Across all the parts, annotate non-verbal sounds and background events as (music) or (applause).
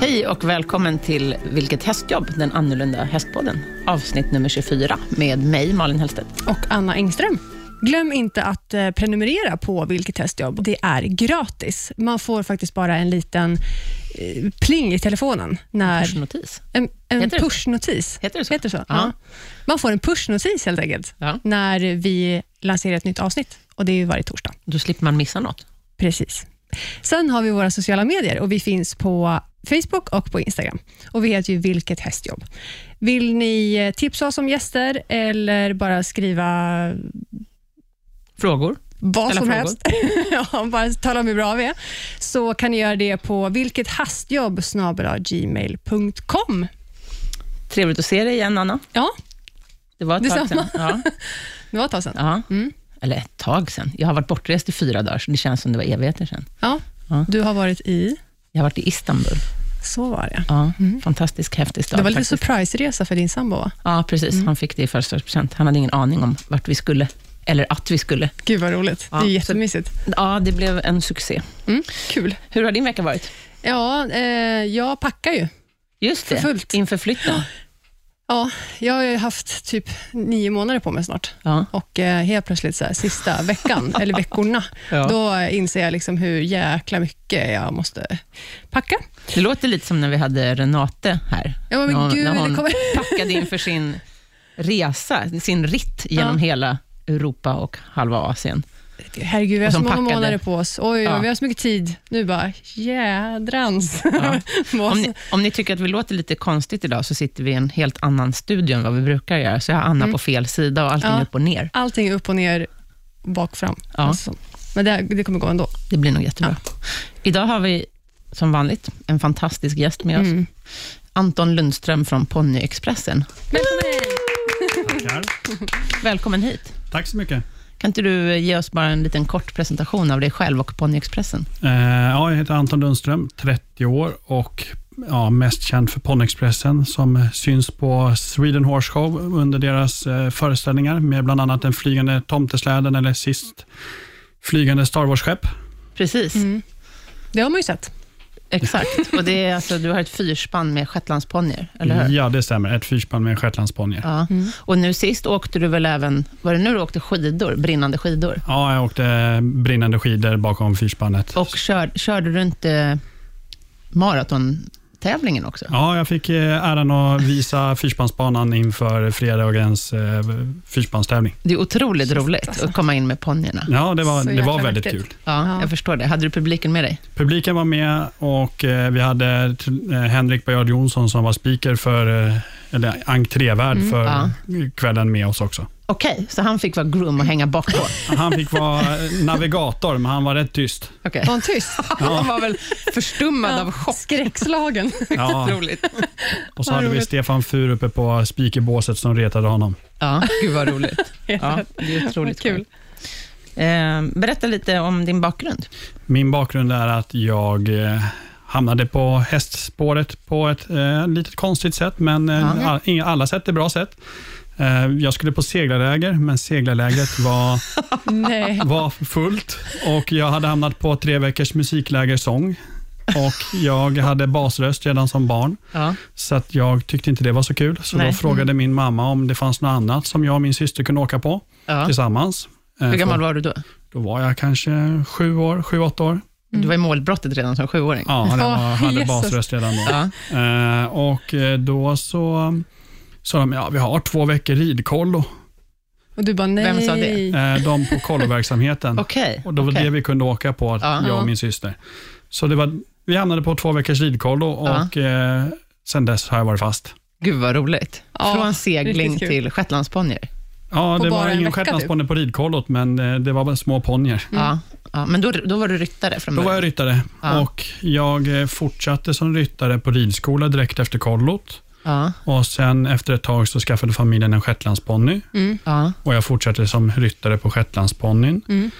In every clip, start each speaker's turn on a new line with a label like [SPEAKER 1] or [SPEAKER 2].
[SPEAKER 1] Hej och välkommen till Vilket hästjobb? Den annorlunda hästpodden. Avsnitt nummer 24 med mig, Malin Hellstedt.
[SPEAKER 2] och Anna Engström. Glöm inte att eh, prenumerera på Vilket testjobb. Det är gratis. Man får faktiskt bara en liten eh, pling i telefonen. När
[SPEAKER 1] Börsnotis.
[SPEAKER 2] en en
[SPEAKER 1] Heter det så?
[SPEAKER 2] pushnotis.
[SPEAKER 1] Heter det så?
[SPEAKER 2] Heter så? Ja.
[SPEAKER 1] Ja.
[SPEAKER 2] Man får en pushnotis helt enkelt,
[SPEAKER 1] Ja.
[SPEAKER 2] när vi lanserar ett nytt avsnitt. Och Det är ju varje torsdag.
[SPEAKER 1] Då slipper man missa något.
[SPEAKER 2] Precis. Sen har vi våra sociala medier och vi finns på Facebook och på Instagram. Och Vi heter ju Vilket hästjobb. Vill ni eh, tipsa oss om gäster eller bara skriva
[SPEAKER 1] Frågor?
[SPEAKER 2] vad
[SPEAKER 1] Ställa
[SPEAKER 2] som
[SPEAKER 1] frågor.
[SPEAKER 2] helst, (laughs) ja, bara tala om hur bra vi är, så kan ni göra det på vilkethastjobb.gmail.com.
[SPEAKER 1] Trevligt att se dig igen, Anna.
[SPEAKER 2] Ja,
[SPEAKER 1] Det Mm. var ett tag sedan. Ja.
[SPEAKER 2] Detsamma. det var ett tag sedan.
[SPEAKER 1] (laughs) Ja. Eller ett tag sedan. Jag har varit bortrest i fyra dagar, så det känns som det var evigheter sedan.
[SPEAKER 2] Ja,
[SPEAKER 1] Ja.
[SPEAKER 2] Du har varit i...
[SPEAKER 1] Jag har varit i Istanbul.
[SPEAKER 2] Så var det.
[SPEAKER 1] Ja. Fantastisk, häftig stad.
[SPEAKER 2] Det var lite
[SPEAKER 1] faktiskt.
[SPEAKER 2] surprise-resa för din sambo, va?
[SPEAKER 1] Ja, precis. Han fick det i födelsedagspresent. Han hade ingen aning om vart vi skulle, eller att vi skulle.
[SPEAKER 2] Gud, vad roligt.
[SPEAKER 1] Ja,
[SPEAKER 2] det är
[SPEAKER 1] så-
[SPEAKER 2] jättemysigt.
[SPEAKER 1] Ja, det blev en succé.
[SPEAKER 2] Mm, kul.
[SPEAKER 1] Hur har din vecka varit?
[SPEAKER 2] Ja, eh, jag packar ju.
[SPEAKER 1] Just det,
[SPEAKER 2] För fullt.
[SPEAKER 1] inför flytten.
[SPEAKER 2] Ja, jag har ju haft typ nio månader på mig snart.
[SPEAKER 1] Ja.
[SPEAKER 2] Och eh, helt plötsligt, så här, (laughs) sista veckan, eller veckorna,
[SPEAKER 1] Ja.
[SPEAKER 2] då inser jag liksom hur jäkla mycket jag måste packa.
[SPEAKER 1] Det låter lite som när vi hade Renate här.
[SPEAKER 2] Ja, men
[SPEAKER 1] när hon,
[SPEAKER 2] gud,
[SPEAKER 1] när
[SPEAKER 2] det
[SPEAKER 1] hon
[SPEAKER 2] kommer- (laughs)
[SPEAKER 1] packade inför sin resa, sin ritt genom
[SPEAKER 2] Ja.
[SPEAKER 1] hela Europa och halva Asien.
[SPEAKER 2] Herregud, vi har
[SPEAKER 1] Och
[SPEAKER 2] så
[SPEAKER 1] som
[SPEAKER 2] många
[SPEAKER 1] packade.
[SPEAKER 2] månader på oss. Oj,
[SPEAKER 1] Ja.
[SPEAKER 2] vi har så mycket tid. Nu bara, jädrans. (laughs) Vad
[SPEAKER 1] Om
[SPEAKER 2] så-
[SPEAKER 1] ni, om ni tycker att vi låter lite konstigt idag, så sitter vi i en helt annan studio än vad vi brukar göra. Så jag har Anna på fel sida och allting
[SPEAKER 2] Mm. Ja.
[SPEAKER 1] upp och ner.
[SPEAKER 2] Allting är upp och ner, bak fram.
[SPEAKER 1] Ja.
[SPEAKER 2] Alltså, men det, det kommer gå ändå.
[SPEAKER 1] Det blir nog jättebra. Idag har vi som vanligt en fantastisk gäst med oss.
[SPEAKER 2] Mm.
[SPEAKER 1] Anton Lundström från Ponnyexpressen.
[SPEAKER 3] Tackar.
[SPEAKER 1] Välkommen hit.
[SPEAKER 3] Tack så mycket.
[SPEAKER 1] Kan inte du ge oss bara en liten kort presentation av dig själv och Ponnyexpressen?
[SPEAKER 3] Eh, ja, jag heter Anton Lundström, 30 år och ja, mest känd för Ponyexpressen som syns på Sweden Horse Show under deras eh, föreställningar med bland annat den flygande tomtesläden eller sist flygande Star Wars-skepp.
[SPEAKER 1] Precis,
[SPEAKER 2] Mm. Det har man ju sett.
[SPEAKER 1] (laughs) exakt. Och det är alltså, du har ett fyrspann med shetlandsponnyer, eller hur?
[SPEAKER 3] Ja, det stämmer. Ett fyrspann med en shetlandsponnyer. Ja.
[SPEAKER 1] Ja. Och nu sist åkte du väl även, var det nu du åkte skidor, brinnande skidor?
[SPEAKER 3] jag åkte brinnande skidor bakom fyrspannet.
[SPEAKER 1] Och kör, körde du inte maratontävlingen också?
[SPEAKER 3] Ja, jag fick eh, äran att visa fyrspannsbanan inför fredagens eh, fyrspanstävling.
[SPEAKER 1] Det är otroligt roligt
[SPEAKER 2] alltså.
[SPEAKER 1] att komma in med ponnyerna.
[SPEAKER 3] Ja, det var,
[SPEAKER 2] Så
[SPEAKER 3] det var
[SPEAKER 2] jäkla
[SPEAKER 3] väldigt
[SPEAKER 2] mäktigt.
[SPEAKER 3] kul.
[SPEAKER 1] Ja,
[SPEAKER 2] Ja.
[SPEAKER 1] jag förstår det. Hade du publiken med dig?
[SPEAKER 3] Publiken var med och eh, vi hade eh, Henrik Bajard Jonsson som var speaker för, eh, eller entrévärd för
[SPEAKER 1] Mm, ja.
[SPEAKER 3] kvällen med oss också.
[SPEAKER 1] Okej, så han fick vara groom och hänga bak (laughs) på.
[SPEAKER 3] Han fick vara eh, navigator, men han var
[SPEAKER 1] (laughs)
[SPEAKER 3] rätt tyst.
[SPEAKER 1] Okej.
[SPEAKER 2] Var han tyst?
[SPEAKER 1] Han var väl förstummad av chock.
[SPEAKER 2] Skräckslagen.
[SPEAKER 3] Ja,
[SPEAKER 1] Roligt.
[SPEAKER 3] och så
[SPEAKER 2] vad
[SPEAKER 3] hade vi
[SPEAKER 2] roligt.
[SPEAKER 3] Stefan Fur uppe på speakerbåset som retade honom.
[SPEAKER 1] Ja, gud vad roligt. (laughs) Ja,
[SPEAKER 2] Ja.
[SPEAKER 1] det är otroligt
[SPEAKER 2] Vad kul.
[SPEAKER 1] kul. Eh, berätta lite om din bakgrund.
[SPEAKER 3] Min bakgrund är att jag eh, hamnade på hästspåret på ett eh, litet konstigt sätt, men eh,
[SPEAKER 1] Ja.
[SPEAKER 3] all, inga- alla sätt är bra sätt. Eh, jag skulle på seglarläger, men seglarlägret var
[SPEAKER 2] (laughs) Nej.
[SPEAKER 3] var fullt och jag hade hamnat på tre veckors musikläger sång. Och jag hade basröst redan som barn,
[SPEAKER 1] Ja.
[SPEAKER 3] så att jag tyckte inte det var så kul. Så
[SPEAKER 1] Nej.
[SPEAKER 3] då frågade min mamma om det fanns något annat som jag och min syster kunde åka på
[SPEAKER 1] Ja.
[SPEAKER 3] tillsammans. Eh,
[SPEAKER 1] Hur gammal
[SPEAKER 3] för-
[SPEAKER 1] var du då?
[SPEAKER 3] Då var jag kanske sju år, sju, åtta år.
[SPEAKER 2] Mm.
[SPEAKER 1] Du var i målbrottet redan som sjuåring. (laughs)
[SPEAKER 3] Ja, jag
[SPEAKER 2] Åh,
[SPEAKER 3] var, hade
[SPEAKER 2] Jesus.
[SPEAKER 3] basröst redan då.
[SPEAKER 1] Ja.
[SPEAKER 3] Eh, och eh, då så sa de, ja vi har två veckor ridkollo,
[SPEAKER 2] Och du bara, nej.
[SPEAKER 1] Vem sa det?
[SPEAKER 3] eh, de på
[SPEAKER 1] (laughs)
[SPEAKER 3] kolloverksamheten.
[SPEAKER 1] Okej.
[SPEAKER 3] Och det var
[SPEAKER 1] okej.
[SPEAKER 3] det vi kunde åka på,
[SPEAKER 1] Ja.
[SPEAKER 3] jag och min syster. Så det var, vi hamnade på två veckors ridkollo och eh, sen dess har jag varit fast.
[SPEAKER 1] Gud vad roligt.
[SPEAKER 2] Ja,
[SPEAKER 1] Från segling
[SPEAKER 2] riktigt kul.
[SPEAKER 1] till shetlandsponnyer.
[SPEAKER 3] Ja,
[SPEAKER 2] På
[SPEAKER 3] det
[SPEAKER 2] bara
[SPEAKER 3] var
[SPEAKER 2] en
[SPEAKER 3] ingen
[SPEAKER 2] vecka, typ?
[SPEAKER 3] shetlandsponny på ridkollot, men eh, det var bara små ponnyer.
[SPEAKER 2] Mm.
[SPEAKER 1] Ja. Ja. Men då, då var du ryttare från
[SPEAKER 3] Då var
[SPEAKER 1] början.
[SPEAKER 3] jag ryttare
[SPEAKER 1] Ja.
[SPEAKER 3] och jag eh, fortsatte som ryttare på ridskola direkt efter kollot.
[SPEAKER 1] Ja.
[SPEAKER 3] Och sen efter ett tag så skaffade familjen en shetlandsponny
[SPEAKER 2] Mm.
[SPEAKER 1] Ja.
[SPEAKER 3] och jag fortsatte som ryttare på shetlandsponnyn.
[SPEAKER 2] Mm.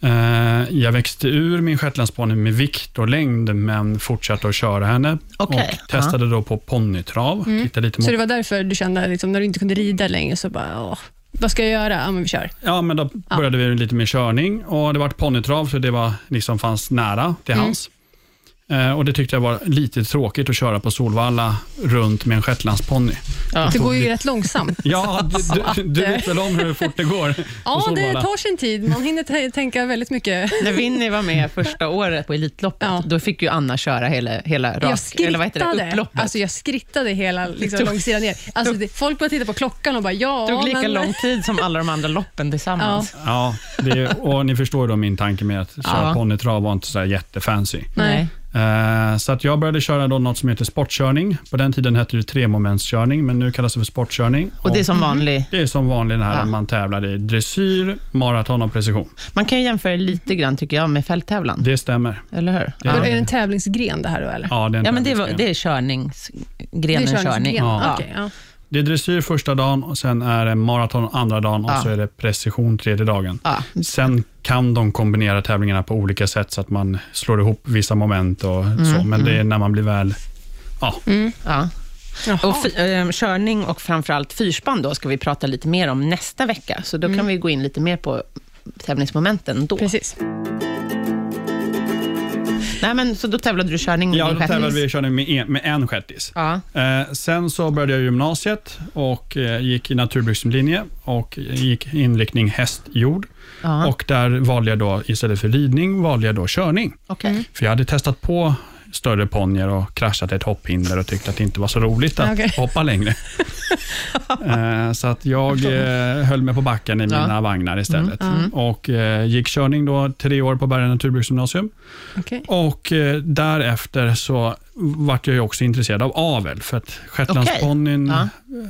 [SPEAKER 3] Eh, jag växte ur min shetlandsponny med vikt och längd, men fortsatte att köra henne.
[SPEAKER 1] Okej,
[SPEAKER 3] Och testade då på ponnytrav. Tittade lite
[SPEAKER 2] Mm. Så det
[SPEAKER 3] mot...
[SPEAKER 2] var därför du kände, liksom, när du inte kunde rida längre, så bara, åh, vad ska jag göra? Ja, men vi kör.
[SPEAKER 3] Ja, men då
[SPEAKER 1] Mm.
[SPEAKER 3] började vi lite med körning och det var ponnytrav, så det var, liksom fanns nära till hands. Eh, Och det tyckte jag var lite tråkigt att köra på Solvalla runt med en shetlandsponny.
[SPEAKER 1] Ja.
[SPEAKER 2] Det går ju
[SPEAKER 1] (laughs)
[SPEAKER 2] rätt långsamt.
[SPEAKER 3] Ja, du, du, du
[SPEAKER 1] eh,
[SPEAKER 3] vet väl om hur fort det går? på
[SPEAKER 2] Ja, det
[SPEAKER 3] Solvalla?
[SPEAKER 2] tar sin tid. Man hinner t- tänka väldigt mycket.
[SPEAKER 1] När Winnie var med första året på Elitloppet,
[SPEAKER 2] Ja.
[SPEAKER 1] då fick ju Anna köra hela, hela
[SPEAKER 2] Jag
[SPEAKER 1] rak, eller vad heter det,
[SPEAKER 2] skrittade.
[SPEAKER 1] upploppet.
[SPEAKER 2] Alltså, jag skrittade hela liksom,
[SPEAKER 1] Tog-
[SPEAKER 2] långsidan ner. Alltså, det, folk bara tittade på klockan och bara, ja,
[SPEAKER 1] det tog lika
[SPEAKER 2] men...
[SPEAKER 1] lång tid som alla de andra loppen tillsammans.
[SPEAKER 3] Ja, det är, och ni förstår då min tanke med att köra
[SPEAKER 1] Ja.
[SPEAKER 3] ponnytrav var inte så här jättefancy.
[SPEAKER 2] Nej.
[SPEAKER 3] Eh, Så att jag började köra då något som heter sportkörning. På den tiden hette det tremomentskörning, men nu kallas det för sportkörning.
[SPEAKER 1] Och det är som vanlig.
[SPEAKER 3] det är som vanligt det här
[SPEAKER 1] Ja.
[SPEAKER 3] man tävlar i dressyr, maraton och precision.
[SPEAKER 1] Man kan ju jämföra lite grann, tycker jag, med fälttävlan.
[SPEAKER 3] Det stämmer.
[SPEAKER 1] Eller hur?
[SPEAKER 3] Det
[SPEAKER 2] Är
[SPEAKER 1] Ja.
[SPEAKER 2] det en tävlingsgren det här då, eller?
[SPEAKER 3] Ja, det är, en
[SPEAKER 1] Ja, men det, var,
[SPEAKER 3] tävlingsgren.
[SPEAKER 1] det är körningsgrenen
[SPEAKER 2] det är
[SPEAKER 1] körning.
[SPEAKER 2] körningsgren.
[SPEAKER 1] Ja.
[SPEAKER 2] Okej, ja.
[SPEAKER 3] det är dressyr första dagen, och sen är det maraton andra dagen och
[SPEAKER 1] Ja.
[SPEAKER 3] så är det precision tredje dagen.
[SPEAKER 1] Ja.
[SPEAKER 3] Sen kan de kombinera tävlingarna på olika sätt så att man slår ihop vissa moment och
[SPEAKER 1] Mm.
[SPEAKER 3] så, men det är när man blir väl... Ja,
[SPEAKER 1] Ja.
[SPEAKER 2] Jaha.
[SPEAKER 1] Och fy, eh, körning och framförallt fyrspann då ska vi prata lite mer om nästa vecka, så då kan vi gå in lite mer på tävlingsmomenten då.
[SPEAKER 2] Mm. Precis.
[SPEAKER 1] Nej, men, så då tävlade du körning
[SPEAKER 3] ja
[SPEAKER 1] i
[SPEAKER 3] då
[SPEAKER 1] shettis.
[SPEAKER 3] tävlade vi i körning med en, med en shettis.
[SPEAKER 1] Ja.
[SPEAKER 3] Eh, sen så började jag gymnasiet och eh, gick i naturbrukslinje och gick inriktning häst, jord.
[SPEAKER 1] Ja.
[SPEAKER 3] Och där valde jag då, istället för ridning, valde jag då körning.
[SPEAKER 1] Okej.
[SPEAKER 3] För jag hade testat på större ponnyer och kraschat ett hopphinder och tyckte att det inte var så roligt att
[SPEAKER 2] Okej.
[SPEAKER 1] (laughs)
[SPEAKER 3] hoppa längre. Eh, så att jag eh, höll mig på backen i mina
[SPEAKER 1] Ja. Mm,
[SPEAKER 3] vagnar istället. Och eh, gick körning då tre år på Berga naturbruksgymnasium.
[SPEAKER 2] Okej.
[SPEAKER 3] Och eh, därefter så vart jag ju också intresserad av avel, för att shetlandsponnyn
[SPEAKER 1] Ja.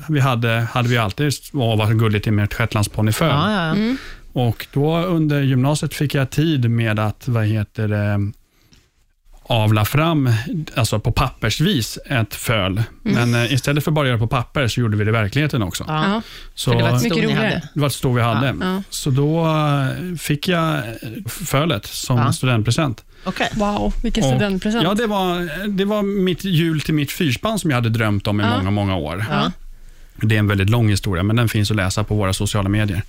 [SPEAKER 3] vi hade, hade vi alltid, åh vad gulligt det är med ett shetlandsponnyföl.
[SPEAKER 1] Ja, ja, ja.
[SPEAKER 2] Mm.
[SPEAKER 3] Och då under gymnasiet fick jag tid med att, vad heter det, avla fram, alltså på pappersvis, ett föl. Men eh, istället för bara att göra på papper så gjorde vi det i verkligheten också.
[SPEAKER 1] Ja.
[SPEAKER 2] Ja.
[SPEAKER 3] Så
[SPEAKER 1] För det var ett
[SPEAKER 2] Mycket
[SPEAKER 1] stort ni
[SPEAKER 2] roligare.
[SPEAKER 1] hade.
[SPEAKER 3] det var ett stort vi hade.
[SPEAKER 2] Ja.
[SPEAKER 3] Så då eh, fick jag eh, fölet som
[SPEAKER 1] Ja.
[SPEAKER 3] studentpresent.
[SPEAKER 1] Okej.
[SPEAKER 2] Wow, vilken
[SPEAKER 3] Och-
[SPEAKER 2] studentpresent.
[SPEAKER 3] Ja, det var, det var mitt jul till mitt fyrspann som jag hade drömt om i
[SPEAKER 2] Ja.
[SPEAKER 3] många, många år.
[SPEAKER 1] Ja.
[SPEAKER 3] Det är en väldigt lång historia, men den finns att läsa på våra sociala medier.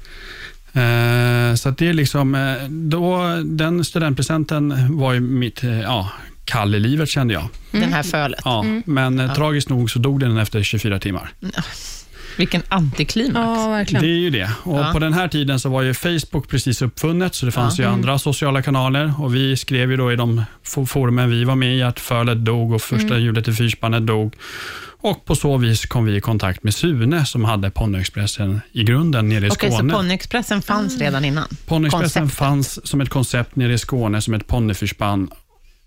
[SPEAKER 3] Eh, så att det är liksom, eh, då, den studentpresenten var ju mitt eh, ja, kall i livet kände jag.
[SPEAKER 1] Den
[SPEAKER 2] Mm.
[SPEAKER 1] här fölet.
[SPEAKER 3] Ja, Men eh, tragiskt nog så dog den efter 24 timmar.
[SPEAKER 1] Vilken antiklimax.
[SPEAKER 2] Ja, verkligen.
[SPEAKER 3] Det är ju det. Och
[SPEAKER 1] Ja.
[SPEAKER 3] På den här tiden så var ju Facebook precis uppfunnet, så det fanns
[SPEAKER 1] Mm.
[SPEAKER 3] ju andra sociala kanaler. Och Vi skrev ju då i de fo- forumen vi var med i att fölet dog och första
[SPEAKER 1] Mm.
[SPEAKER 3] hjulet i fyrspannet dog. Och På så vis kom vi i kontakt med Sune som hade Ponnyexpressen i grunden nere i
[SPEAKER 1] Okej, så
[SPEAKER 3] Skåne.
[SPEAKER 1] ponnyexpressen fanns
[SPEAKER 2] Ah.
[SPEAKER 1] redan innan?
[SPEAKER 3] Ponnyexpressen
[SPEAKER 1] konceptet.
[SPEAKER 3] fanns som ett koncept nere i Skåne som ett ponnyfyrspann.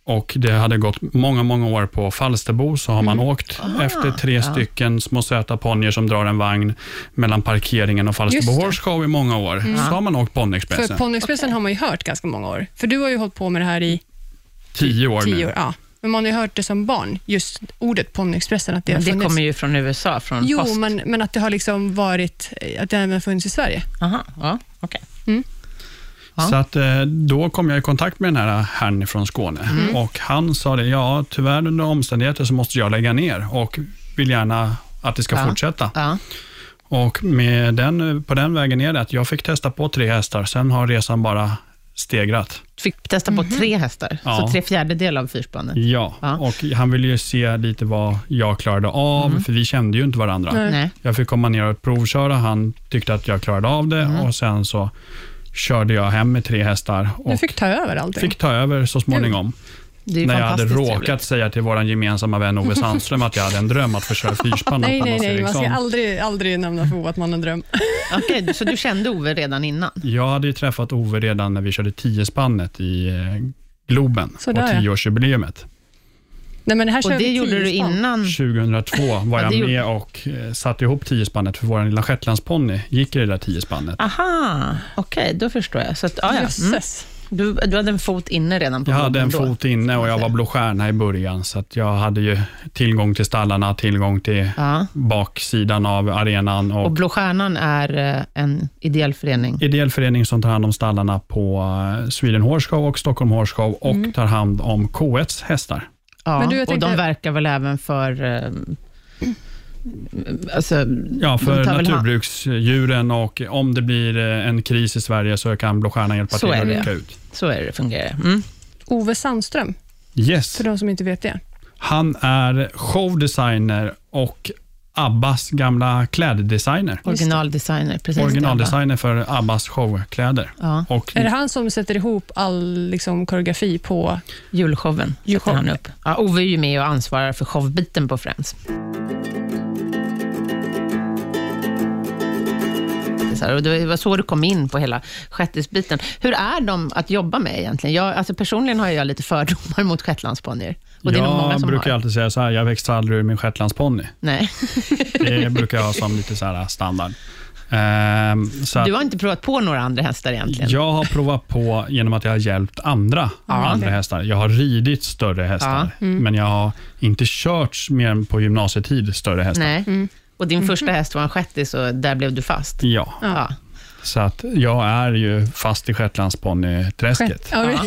[SPEAKER 3] Och det hade gått många, många år på Falsterbo, så har
[SPEAKER 2] Mm.
[SPEAKER 3] man åkt
[SPEAKER 2] Ah,
[SPEAKER 3] efter tre stycken små söta ponnyer som drar en vagn mellan parkeringen och Falsterbo
[SPEAKER 2] Just det. Mm.
[SPEAKER 3] Horse i många år. Så har man åkt
[SPEAKER 2] För
[SPEAKER 3] Ponnyexpressen.
[SPEAKER 2] Ponnyexpressen har man ju hört ganska många år. För du har ju hållit på med det här i
[SPEAKER 3] tio år
[SPEAKER 2] tio
[SPEAKER 3] nu.
[SPEAKER 2] år. Ja. Men man har ju hört det som barn, just ordet Ponnyexpressen. Att det har
[SPEAKER 1] Men det
[SPEAKER 2] funnits.
[SPEAKER 1] kommer ju från USA, från
[SPEAKER 2] Jo,
[SPEAKER 1] post.
[SPEAKER 2] men, men att det har liksom varit, att det även har funnits i Sverige.
[SPEAKER 1] Aha, ja, okej. Ja.
[SPEAKER 3] Så att, eh, då kom jag i kontakt med den här herrn från Skåne
[SPEAKER 2] Mm.
[SPEAKER 3] och han sa det, ja tyvärr under omständigheter så måste jag lägga ner och vill gärna att det ska
[SPEAKER 1] Ja.
[SPEAKER 3] fortsätta.
[SPEAKER 1] Ja.
[SPEAKER 3] Och med den, på den vägen är det att jag fick testa på tre hästar, sen har resan bara stegrat.
[SPEAKER 1] Fick Typ testa på tre hästar,
[SPEAKER 3] Mhm. Ja.
[SPEAKER 1] så tre fjärdedelar av fyrspannet.
[SPEAKER 3] Ja,
[SPEAKER 1] Ja.
[SPEAKER 3] och han ville ju se lite vad jag klarade av, för vi kände ju inte varandra.
[SPEAKER 2] Mm. Nej.
[SPEAKER 1] Nej.
[SPEAKER 3] Jag fick komma ner och provköra, han tyckte att jag klarade av det
[SPEAKER 2] Mm.
[SPEAKER 3] och sen så körde jag hem med tre hästar
[SPEAKER 2] Du
[SPEAKER 3] och
[SPEAKER 2] fick ta över allting.
[SPEAKER 3] fick ta över så småningom.
[SPEAKER 1] Det är ju
[SPEAKER 3] När jag hade
[SPEAKER 1] fantastiskt
[SPEAKER 3] råkat
[SPEAKER 1] trevligt.
[SPEAKER 3] säga till vår gemensamma
[SPEAKER 2] (laughs)
[SPEAKER 3] vän Ove Sandström att jag hade en dröm att få köra fyrspann
[SPEAKER 2] nej,
[SPEAKER 3] åt
[SPEAKER 2] nej,
[SPEAKER 3] Thomas
[SPEAKER 2] nej. Man ska
[SPEAKER 3] Eriksson.
[SPEAKER 2] aldrig, aldrig nämna för Ove att man har en dröm.
[SPEAKER 1] Okej, så du kände Ove redan innan?
[SPEAKER 3] Jag hade ju träffat Ove redan när vi körde 10-spannet i eh, Globen
[SPEAKER 2] Sådär, ja.
[SPEAKER 3] på 10-årsjubileumet.
[SPEAKER 2] Nej, men det här
[SPEAKER 1] Och
[SPEAKER 2] kör vi
[SPEAKER 1] det gjorde du
[SPEAKER 2] tidsband.
[SPEAKER 1] innan?
[SPEAKER 3] 2002 var
[SPEAKER 1] Mm. Ja,
[SPEAKER 3] jag
[SPEAKER 1] det gjorde-
[SPEAKER 3] med och eh, satte ihop 10-spannet för vår lilla shetlandsponny gick i det där 10-spannet.
[SPEAKER 1] Aha, okej, då förstår jag. Så att, ja, ja. Mm.
[SPEAKER 2] Jösses.
[SPEAKER 1] Du, du hade en fot inne redan på
[SPEAKER 3] Jag hade en
[SPEAKER 1] båten då.
[SPEAKER 3] fot inne och jag var blå stjärna i början så att jag hade ju tillgång till stallarna, tillgång till
[SPEAKER 1] Ja.
[SPEAKER 3] baksidan av arenan och,
[SPEAKER 1] Och Blå Stjärnan är eh, en ideell förening.
[SPEAKER 3] ideell förening som tar hand om stallarna på eh, Sweden Horse Show och Stockholm Horse Show och
[SPEAKER 1] Mm.
[SPEAKER 3] tar hand om K1s hästar.
[SPEAKER 1] Ja,
[SPEAKER 2] Men du, jag
[SPEAKER 1] och
[SPEAKER 2] tänkte-
[SPEAKER 1] de verkar väl även för... eh, Alltså,
[SPEAKER 3] Ja, för
[SPEAKER 1] De tar väl hand-
[SPEAKER 3] naturbruksdjuren och om det blir eh, en kris i Sverige så kan Blå Stjärnan hjälpa
[SPEAKER 1] Så
[SPEAKER 3] till
[SPEAKER 1] är
[SPEAKER 3] att
[SPEAKER 1] det,
[SPEAKER 3] rycka ut.
[SPEAKER 1] så är det, det fungerar. Mm.
[SPEAKER 2] Ove Sandström.
[SPEAKER 3] Yes.
[SPEAKER 2] för de som inte vet det.
[SPEAKER 3] Han är showdesigner och Abbas gamla kläddesigner.
[SPEAKER 2] Just det.
[SPEAKER 1] Originaldesigner, precis.
[SPEAKER 3] Originaldesigner för Abbas showkläder.
[SPEAKER 1] Ja,
[SPEAKER 3] Och
[SPEAKER 2] Är det han som sätter ihop all liksom, koreografi på...
[SPEAKER 1] julshowen sätter
[SPEAKER 2] Julshow.
[SPEAKER 1] han upp. Ja, Ove är ju med och ansvarar för showbiten på Friends. Så här, och det var så du kom in på hela shettisbiten. Hur är de att jobba med egentligen? Jag, alltså personligen har jag lite fördomar mot shetlandsponnyer. Och det är nog många
[SPEAKER 3] jag
[SPEAKER 1] som
[SPEAKER 3] brukar
[SPEAKER 1] har.
[SPEAKER 3] alltid säga så här, jag växte aldrig ur min shetlandsponny.
[SPEAKER 1] Nej.
[SPEAKER 3] Det brukar jag ha som lite så här standard. Ehm, så att
[SPEAKER 1] Du har inte provat på några andra hästar egentligen?
[SPEAKER 3] jag har provat på genom att jag har hjälpt andra, andra
[SPEAKER 2] okej.
[SPEAKER 3] hästar. Jag har ridit större hästar,
[SPEAKER 1] Mm.
[SPEAKER 3] men jag har inte kört mer än på gymnasietid större hästar.
[SPEAKER 1] Nej. Och din första häst var en shettis och där blev du fast?
[SPEAKER 3] Ja,
[SPEAKER 1] Ja.
[SPEAKER 3] så att jag är ju fast i shetlandsponnyträsket.
[SPEAKER 2] Ja, (laughs)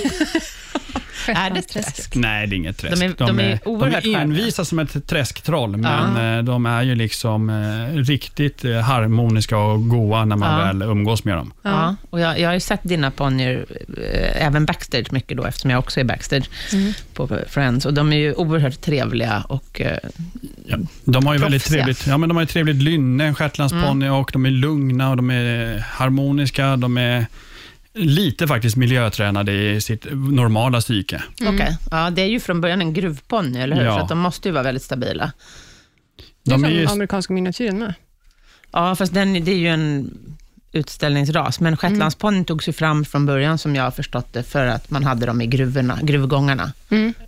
[SPEAKER 1] Ja. Är det
[SPEAKER 2] Shetlandsträsk.
[SPEAKER 1] träsk?
[SPEAKER 3] Nej, det är inget träsk.
[SPEAKER 1] De är- de är oerhört
[SPEAKER 3] de är
[SPEAKER 1] skärpa.
[SPEAKER 3] envisa som ett träsktroll, men eh, de är ju liksom eh, riktigt eh, harmoniska och goa när man
[SPEAKER 1] Ja.
[SPEAKER 3] väl umgås med dem.
[SPEAKER 1] Ja, och jag, jag har ju sett dina ponnyer eh, även backstage mycket då, eftersom jag också är backstage på Friends. Och de är ju oerhört trevliga och eh,
[SPEAKER 3] Ja. De har ju väldigt
[SPEAKER 1] Proffsiga.
[SPEAKER 3] trevligt, ja, men de har ju trevligt lynne, en shetlandsponny, och de är lugna och de är harmoniska. De är lite faktiskt miljötränade i sitt normala psyke.
[SPEAKER 1] okej. Ja, det är ju från början en gruvponny, eller hur?
[SPEAKER 3] Ja.
[SPEAKER 1] Så att de måste ju vara väldigt stabila.
[SPEAKER 2] Det är
[SPEAKER 3] De
[SPEAKER 2] som
[SPEAKER 3] är ju,
[SPEAKER 2] amerikanska miniatyren med.
[SPEAKER 1] Ja, fast den, det är ju en utställningsras, men shetlandsponnyn togs ju fram från början, som jag har förstått det, för att man hade dem i gruvorna, gruvgångarna.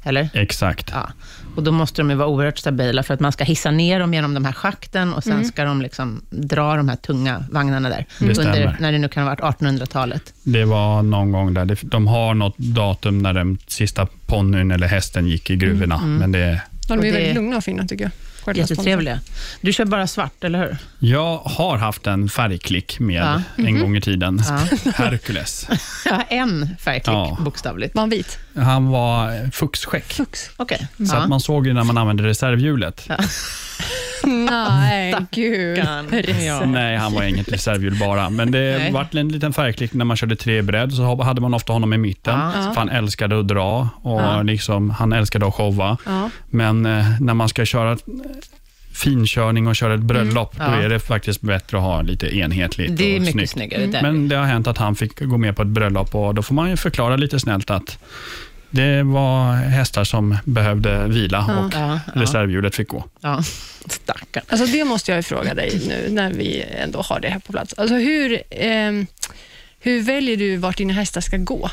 [SPEAKER 1] Eller?
[SPEAKER 3] exakt.
[SPEAKER 1] Ja. Och då måste de ju vara oerhört stabila, för att man ska hissa ner dem genom de här schakten och sen
[SPEAKER 3] Mm.
[SPEAKER 1] ska de liksom dra de här tunga vagnarna där.
[SPEAKER 3] stämmer.
[SPEAKER 1] Under, när det nu kan ha varit 1800-talet.
[SPEAKER 3] Det var någon gång där. det- De har något datum när den sista ponnyn eller hästen gick i gruvorna, men det
[SPEAKER 2] De är
[SPEAKER 1] Och det-
[SPEAKER 2] väldigt lugna och fina tycker jag. Shetlandsponnyer.
[SPEAKER 1] Jättetrevliga. Du kör bara svart, eller
[SPEAKER 3] (laughs)
[SPEAKER 1] hur?
[SPEAKER 3] Jag har haft en färgklick med
[SPEAKER 1] Ja.
[SPEAKER 3] en gång i tiden.
[SPEAKER 1] Ja.
[SPEAKER 3] Hercules.
[SPEAKER 1] Ja, en färgklick,
[SPEAKER 3] Ja.
[SPEAKER 1] bokstavligt.
[SPEAKER 2] Var han vit?
[SPEAKER 3] Han var fuxskäck.
[SPEAKER 2] Fux.
[SPEAKER 1] Okej.
[SPEAKER 3] Så att
[SPEAKER 1] Ja.
[SPEAKER 3] man såg ju när man använde reservhjulet.
[SPEAKER 2] (laughs) Nej, gud.
[SPEAKER 1] Stackarn. Ja.
[SPEAKER 3] Nej, han var inget reservhjul bara. Men det
[SPEAKER 1] Nej.
[SPEAKER 3] vart en liten färgklick när man körde tre i bredd. Så hade man ofta honom i mitten.
[SPEAKER 1] Ja.
[SPEAKER 3] För han älskade att dra och
[SPEAKER 1] Ja.
[SPEAKER 3] liksom, han älskade att showa.
[SPEAKER 2] Ja.
[SPEAKER 3] Men eh, när man ska köra ett- finkörning och köra ett bröllop,
[SPEAKER 1] Mm. Ja.
[SPEAKER 3] då är det faktiskt bättre att ha lite enhetligt
[SPEAKER 1] Det är
[SPEAKER 3] och
[SPEAKER 1] mycket
[SPEAKER 3] snyggt.
[SPEAKER 1] snyggare. Där.
[SPEAKER 3] Men det har hänt att han fick gå med på ett bröllop och då får man ju förklara lite snällt att det var hästar som behövde vila och
[SPEAKER 1] ja, ja,
[SPEAKER 3] reservhjulet fick gå.
[SPEAKER 1] ja. Stackarn.
[SPEAKER 2] Alltså det måste jag ju fråga dig nu när vi ändå har det här på plats. Alltså hur, ehm, hur väljer du vart dina hästar ska gå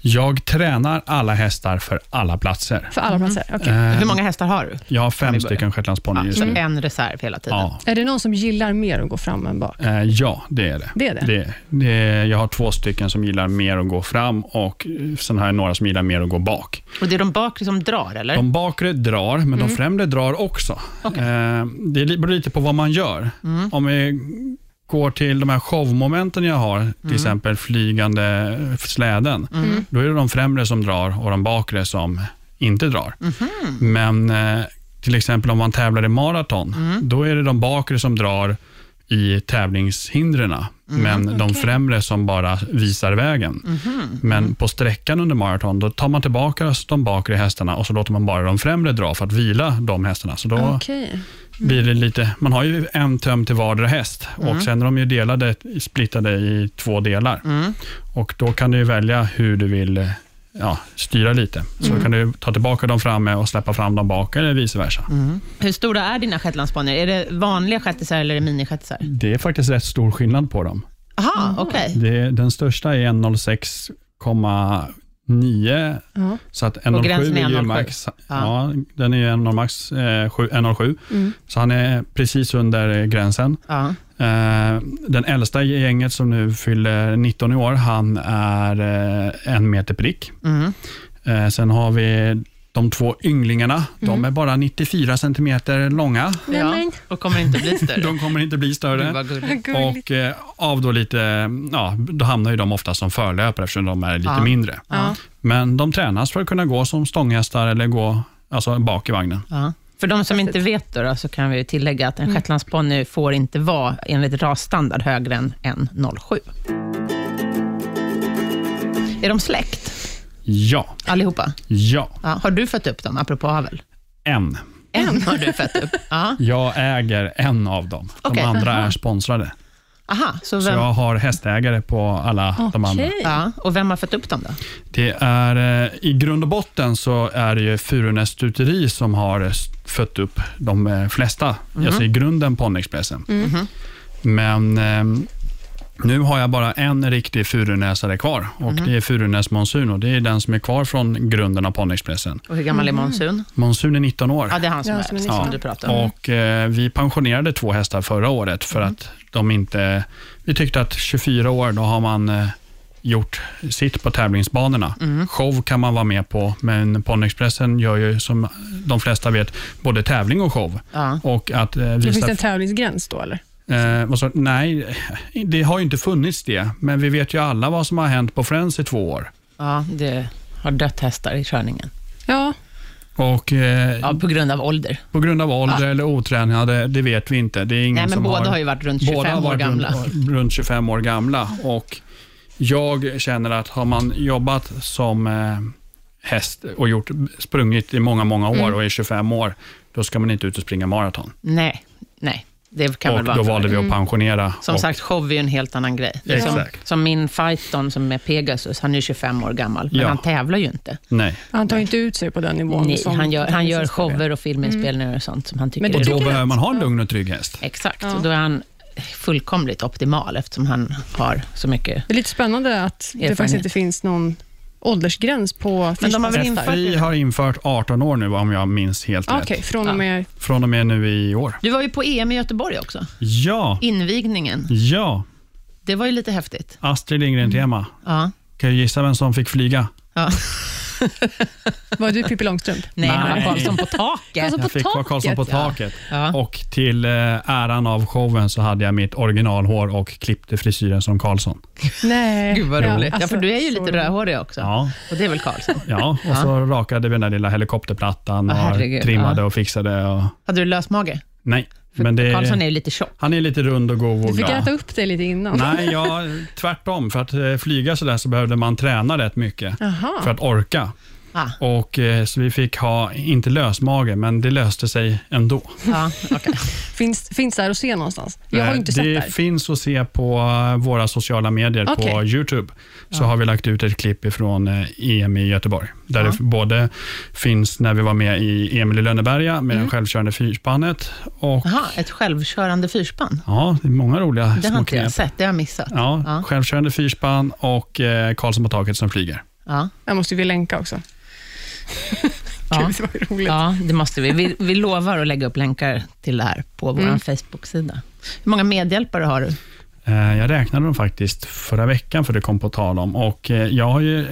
[SPEAKER 3] Jag tränar alla hästar för alla platser.
[SPEAKER 2] för alla
[SPEAKER 1] Mhm.
[SPEAKER 2] platser? Okej.
[SPEAKER 1] Hur
[SPEAKER 3] Eh,
[SPEAKER 1] många hästar har du?
[SPEAKER 3] Jag har
[SPEAKER 1] Kan
[SPEAKER 3] fem
[SPEAKER 1] vi börja?
[SPEAKER 3] stycken shetlandsponnyer
[SPEAKER 1] Ja,
[SPEAKER 3] just
[SPEAKER 1] så
[SPEAKER 3] nu.
[SPEAKER 1] en reserv hela tiden.
[SPEAKER 3] Ja.
[SPEAKER 2] Är det någon som gillar mer att gå fram än bak?
[SPEAKER 3] Eh, ja, det är det.
[SPEAKER 2] Det är det.
[SPEAKER 3] Det, det är, jag har två stycken som gillar mer att gå fram och eh, sen har jag några som gillar mer att gå bak.
[SPEAKER 1] Och det är de bakre som drar, eller? Mm.
[SPEAKER 3] De bakre drar, men de främre drar också.
[SPEAKER 1] Okej. Mm.
[SPEAKER 3] Eh, det beror lite på vad man gör. Om vi går till de här showmomenten jag har, till
[SPEAKER 1] Mm.
[SPEAKER 3] exempel flygande eh, släden, då är det de främre som drar och de bakre som inte drar.
[SPEAKER 1] Mm-hmm.
[SPEAKER 3] Men eh, till exempel om man tävlar i maraton,
[SPEAKER 1] Mm.
[SPEAKER 3] då är det de bakre som drar i tävlingshindren,
[SPEAKER 1] Mm,
[SPEAKER 3] men de främre som bara visar vägen. Men på sträckan under maraton, då tar man tillbaka de bakre hästarna och så låter man bara de främre dra för att vila de hästarna. Så då
[SPEAKER 2] Okej.
[SPEAKER 3] blir det lite, man har ju en töm till vardera häst och sen är de ju delade, splittade i två delar. Och då kan du ju välja hur du vill eh, ja, styra lite. Så kan du ta tillbaka dem framme och släppa fram dem bak eller vice versa.
[SPEAKER 1] Mm. Hur stora är dina shetlandsponnyer? Är det vanliga shettisar eller är det minishettisar?
[SPEAKER 3] Det är faktiskt rätt stor skillnad på dem.
[SPEAKER 1] Aha, okej.
[SPEAKER 3] Det, den största är 106,9
[SPEAKER 2] Ja.
[SPEAKER 3] Så att
[SPEAKER 1] Och
[SPEAKER 3] 1,07
[SPEAKER 1] gränsen är
[SPEAKER 3] är ju
[SPEAKER 1] 1,07.
[SPEAKER 3] max. Ja.
[SPEAKER 1] Ja.
[SPEAKER 3] den är ju 1,0 max, eh, sju- 1,07.
[SPEAKER 2] Mm.
[SPEAKER 3] Så han är precis under eh, gränsen.
[SPEAKER 1] Ja.
[SPEAKER 3] Eh, den äldsta i gänget som nu fyller 19 i år, han är eh, en meter prick.
[SPEAKER 1] Mm.
[SPEAKER 3] Eh, sen har vi de två ynglingarna. De är bara 94 centimeter långa.
[SPEAKER 1] ja.
[SPEAKER 2] men-
[SPEAKER 1] Och kommer inte bli
[SPEAKER 3] (laughs)
[SPEAKER 1] större.
[SPEAKER 3] De kommer inte bli
[SPEAKER 1] Gud,
[SPEAKER 3] större.
[SPEAKER 1] vad gulligt.
[SPEAKER 2] Vad gulligt.
[SPEAKER 3] Och eh, av då lite, ja, då hamnar ju de ofta som förlöpare eftersom de är lite
[SPEAKER 1] Ja.
[SPEAKER 3] mindre.
[SPEAKER 2] Ja.
[SPEAKER 3] Men de tränas för att kunna gå som stånghästar eller gå alltså, bak i vagnen.
[SPEAKER 1] Ja. För de som inte vet då, då, så kan vi ju tillägga att en shetlandsponny får inte vara enligt rasstandard högre än 1,07. Är de släkt?
[SPEAKER 3] Ja,
[SPEAKER 1] Allihopa?
[SPEAKER 3] ja,
[SPEAKER 1] Ja. Har du fött upp dem, apropå avel?
[SPEAKER 3] en.
[SPEAKER 1] En (laughs) har du fött upp? Ja.
[SPEAKER 3] Jag äger en av dem. De
[SPEAKER 1] Okej,
[SPEAKER 3] andra
[SPEAKER 1] aha.
[SPEAKER 3] är sponsrade.
[SPEAKER 1] Aha, så
[SPEAKER 3] Så
[SPEAKER 1] vem,
[SPEAKER 3] jag har hästägare på alla de andra.
[SPEAKER 2] Okej.
[SPEAKER 1] ja, och vem har fött upp dem då?
[SPEAKER 3] Det är, eh, I grund och botten så är det ju Furunäs stuteri som har eh, fött upp de eh, flesta.
[SPEAKER 1] Mhm.
[SPEAKER 3] Alltså i grunden ponnyexpressen. Men eh, nu har jag bara en riktig furunäsare kvar och
[SPEAKER 1] Mhm.
[SPEAKER 3] det är Furunäs Monsun och det är den som är kvar från grunden av ponnyexpressen.
[SPEAKER 1] Och hur gammal är Monsun?
[SPEAKER 3] Monsun är 19 år.
[SPEAKER 1] Mm. Ja, det är han som,
[SPEAKER 2] Ja,
[SPEAKER 1] är, Mm.
[SPEAKER 2] som
[SPEAKER 1] som,
[SPEAKER 2] är
[SPEAKER 3] Ja.
[SPEAKER 1] du pratar om.
[SPEAKER 3] Och eh, Vi pensionerade två hästar förra året för att de inte... Vi tyckte att 24 år, då har man eh, gjort sitt på tävlingsbanorna.
[SPEAKER 1] Mm.
[SPEAKER 3] Show kan man vara med på, men Ponyexpressen gör ju som de flesta vet, både tävling och show.
[SPEAKER 1] Ja.
[SPEAKER 3] Och att eh,
[SPEAKER 2] Det finns
[SPEAKER 3] visa...
[SPEAKER 2] det en tävlingsgräns då, eller?
[SPEAKER 3] Eh, vad sa- nej, det har ju inte funnits det, men vi vet ju alla vad som har hänt på Friends i två år.
[SPEAKER 1] Ja, det har dött hästar i körningen.
[SPEAKER 2] Ja,
[SPEAKER 3] Och eh,
[SPEAKER 1] Ja, på grund av ålder.
[SPEAKER 3] På grund av ålder eller otränade, det vet vi inte. Det är ingen
[SPEAKER 1] Nej, men
[SPEAKER 3] som
[SPEAKER 1] båda
[SPEAKER 3] har...
[SPEAKER 1] har... ju varit runt 25
[SPEAKER 3] Båda har
[SPEAKER 1] år
[SPEAKER 3] varit
[SPEAKER 1] gamla.
[SPEAKER 3] Runt, runt 25 år gamla och jag känner att har man jobbat som eh, häst och gjort, sprungit i många, många år
[SPEAKER 1] Mm.
[SPEAKER 3] och är 25 år, då ska man inte ut och springa maraton.
[SPEAKER 1] Nej, nej. Det kan
[SPEAKER 3] Och
[SPEAKER 1] väl
[SPEAKER 3] då
[SPEAKER 1] vara en
[SPEAKER 3] valde
[SPEAKER 1] fördel.
[SPEAKER 3] vi att pensionera.
[SPEAKER 1] Som
[SPEAKER 3] och,
[SPEAKER 1] sagt, show är ju en helt annan grej.
[SPEAKER 3] Ja.
[SPEAKER 1] Som,
[SPEAKER 3] Exakt.
[SPEAKER 1] som min fighton som är Pegasus, han är ju 25 år gammal, men
[SPEAKER 3] Ja.
[SPEAKER 1] han tävlar ju inte.
[SPEAKER 3] Nej.
[SPEAKER 2] han tar ju inte ut sig på den nivån.
[SPEAKER 1] Nej,
[SPEAKER 2] som
[SPEAKER 1] han gör, han gör
[SPEAKER 2] tävlingsgäst.
[SPEAKER 1] shower och filminspelningar och sånt som han Mm. tycker
[SPEAKER 2] Men det
[SPEAKER 1] är
[SPEAKER 3] Och
[SPEAKER 1] roligt.
[SPEAKER 3] då
[SPEAKER 2] tycker jag.
[SPEAKER 3] behöver man ha en lugn och trygg häst.
[SPEAKER 1] Exakt,
[SPEAKER 2] Ja.
[SPEAKER 1] och då är han fullkomligt optimal eftersom han har så mycket.
[SPEAKER 2] Det är lite spännande att det faktiskt inte finns någon åldersgräns på
[SPEAKER 1] Men de har väl
[SPEAKER 2] frisbee-hästar.
[SPEAKER 1] infört-
[SPEAKER 3] Vi har infört 18 år nu om jag minns helt
[SPEAKER 2] Okej,
[SPEAKER 3] rätt.
[SPEAKER 2] från och med...
[SPEAKER 3] Från och med nu i år.
[SPEAKER 1] Du var ju på EM i Göteborg också,
[SPEAKER 3] Ja,
[SPEAKER 1] invigningen.
[SPEAKER 3] ja.
[SPEAKER 1] Det var ju lite häftigt.
[SPEAKER 3] Astrid Lindgren-tema.
[SPEAKER 1] Ja.
[SPEAKER 3] Kan ju gissa vem som fick flyga?
[SPEAKER 1] Ja.
[SPEAKER 2] Var du
[SPEAKER 1] (laughs)
[SPEAKER 2] Pippi Långstrump?
[SPEAKER 1] Nej, han var
[SPEAKER 3] Nej.
[SPEAKER 1] Karlsson på taket.
[SPEAKER 2] Alltså,
[SPEAKER 3] Jag
[SPEAKER 2] på
[SPEAKER 3] fick vara
[SPEAKER 2] taket,
[SPEAKER 3] Karlsson på
[SPEAKER 2] ja.
[SPEAKER 3] taket.
[SPEAKER 1] Ja.
[SPEAKER 3] Och till eh, äran av showen så hade jag mitt originalhår och klippte frisyren som Karlsson.
[SPEAKER 2] Nej.
[SPEAKER 1] Gud vad
[SPEAKER 2] Ja,
[SPEAKER 1] roligt. Ja,
[SPEAKER 2] alltså,
[SPEAKER 1] för du är ju
[SPEAKER 2] så
[SPEAKER 1] lite
[SPEAKER 2] roligt.
[SPEAKER 1] rödhårig också.
[SPEAKER 3] Ja,
[SPEAKER 1] Och det är väl Karlsson?
[SPEAKER 3] ja. och så rakade vi den där lilla helikopterplattan
[SPEAKER 1] Åh,
[SPEAKER 3] och
[SPEAKER 1] herregud,
[SPEAKER 3] trimmade
[SPEAKER 1] ja.
[SPEAKER 3] och fixade. Och,
[SPEAKER 1] Hade du lös mage?
[SPEAKER 3] nej,
[SPEAKER 1] För
[SPEAKER 3] men det,
[SPEAKER 1] Karlsson är ju lite tjock.
[SPEAKER 3] han är lite rund och god
[SPEAKER 2] Du
[SPEAKER 3] och
[SPEAKER 2] fick äta
[SPEAKER 3] glad.
[SPEAKER 2] upp dig lite innan.
[SPEAKER 3] Nej, ja, tvärtom. För att eh, flyga sådär så behövde man träna rätt mycket
[SPEAKER 2] Jaha.
[SPEAKER 3] för att orka.
[SPEAKER 1] Ah,
[SPEAKER 3] Och, eh, så vi fick ha, inte lösmage, men det löste sig ändå.
[SPEAKER 1] ja, okej.
[SPEAKER 2] Finns, finns där att se någonstans? Jag har
[SPEAKER 3] Eh,
[SPEAKER 2] ju inte
[SPEAKER 3] det
[SPEAKER 2] sett där.
[SPEAKER 3] finns att se på eh, våra sociala medier på
[SPEAKER 2] Okej.
[SPEAKER 3] Youtube. Så har vi lagt ut ett klipp ifrån eh, EM i Göteborg. Där det både finns när vi var med i EM i Lönneberga med
[SPEAKER 1] Mm.
[SPEAKER 3] det självkörande fyrspannet. Och,
[SPEAKER 1] Jaha, ett självkörande fyrspann.
[SPEAKER 3] ja, det är många roliga
[SPEAKER 1] Det har
[SPEAKER 3] små
[SPEAKER 1] inte jag
[SPEAKER 3] knep.
[SPEAKER 1] sett, det har jag missat.
[SPEAKER 3] Ja,
[SPEAKER 1] Ja.
[SPEAKER 3] Självkörande fyrspann och eh, Karlsson på taket som flyger.
[SPEAKER 1] Ja,
[SPEAKER 2] Jag måste ju länka också.
[SPEAKER 1] ja.
[SPEAKER 2] Gud, det var ju roligt.
[SPEAKER 1] ja det måste vi. vi. Vi lovar att lägga upp länkar till det här på vår Facebook-sida. Mm. Hur många medhjälpare har du?
[SPEAKER 3] Eh, Jag räknade dem faktiskt förra veckan, för det kom på tal om. Och eh, jag har ju,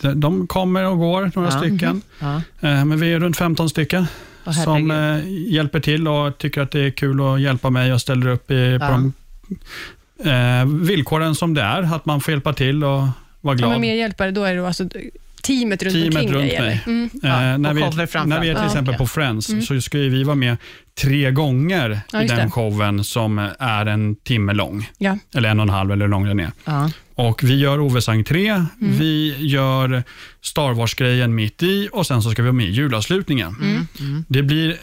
[SPEAKER 3] de- de kommer och går, några
[SPEAKER 1] Ja. Mhm.
[SPEAKER 3] stycken.
[SPEAKER 1] Ja.
[SPEAKER 3] Eh, Men vi är runt 15 stycken
[SPEAKER 1] Åh,
[SPEAKER 3] som
[SPEAKER 1] herregud.
[SPEAKER 3] eh, hjälper till och tycker att det är kul att hjälpa mig och ställer upp i,
[SPEAKER 1] Ja.
[SPEAKER 3] på de eh, villkoren som det är. Att man får hjälpa till och vara
[SPEAKER 2] Ja,
[SPEAKER 3] glad.
[SPEAKER 2] men mer hjälpare, då är det alltså teamet runt
[SPEAKER 3] Teamet
[SPEAKER 2] omkring
[SPEAKER 3] runt
[SPEAKER 2] dig?
[SPEAKER 3] mig.
[SPEAKER 2] Eller? Mm.
[SPEAKER 1] Ja,
[SPEAKER 3] Eh, när,
[SPEAKER 1] och
[SPEAKER 3] vi,
[SPEAKER 1] shower framför
[SPEAKER 3] när vi är
[SPEAKER 1] allt.
[SPEAKER 3] till
[SPEAKER 1] Ja,
[SPEAKER 3] exempel
[SPEAKER 1] okej. Mm.
[SPEAKER 3] på Friends så ska ju vi vara med tre gånger
[SPEAKER 2] Ja,
[SPEAKER 3] i
[SPEAKER 2] just
[SPEAKER 3] den
[SPEAKER 2] det.
[SPEAKER 3] showen som är en timme lång.
[SPEAKER 2] Ja. Mm.
[SPEAKER 3] Eller en och en halv eller hur lång den är.
[SPEAKER 1] Ja.
[SPEAKER 3] Och vi gör Oves entré,
[SPEAKER 1] Mm.
[SPEAKER 3] vi gör Star Wars-grejen mitt i och sen så ska vi vara med i julavslutningen.
[SPEAKER 1] Mm.
[SPEAKER 3] Det blir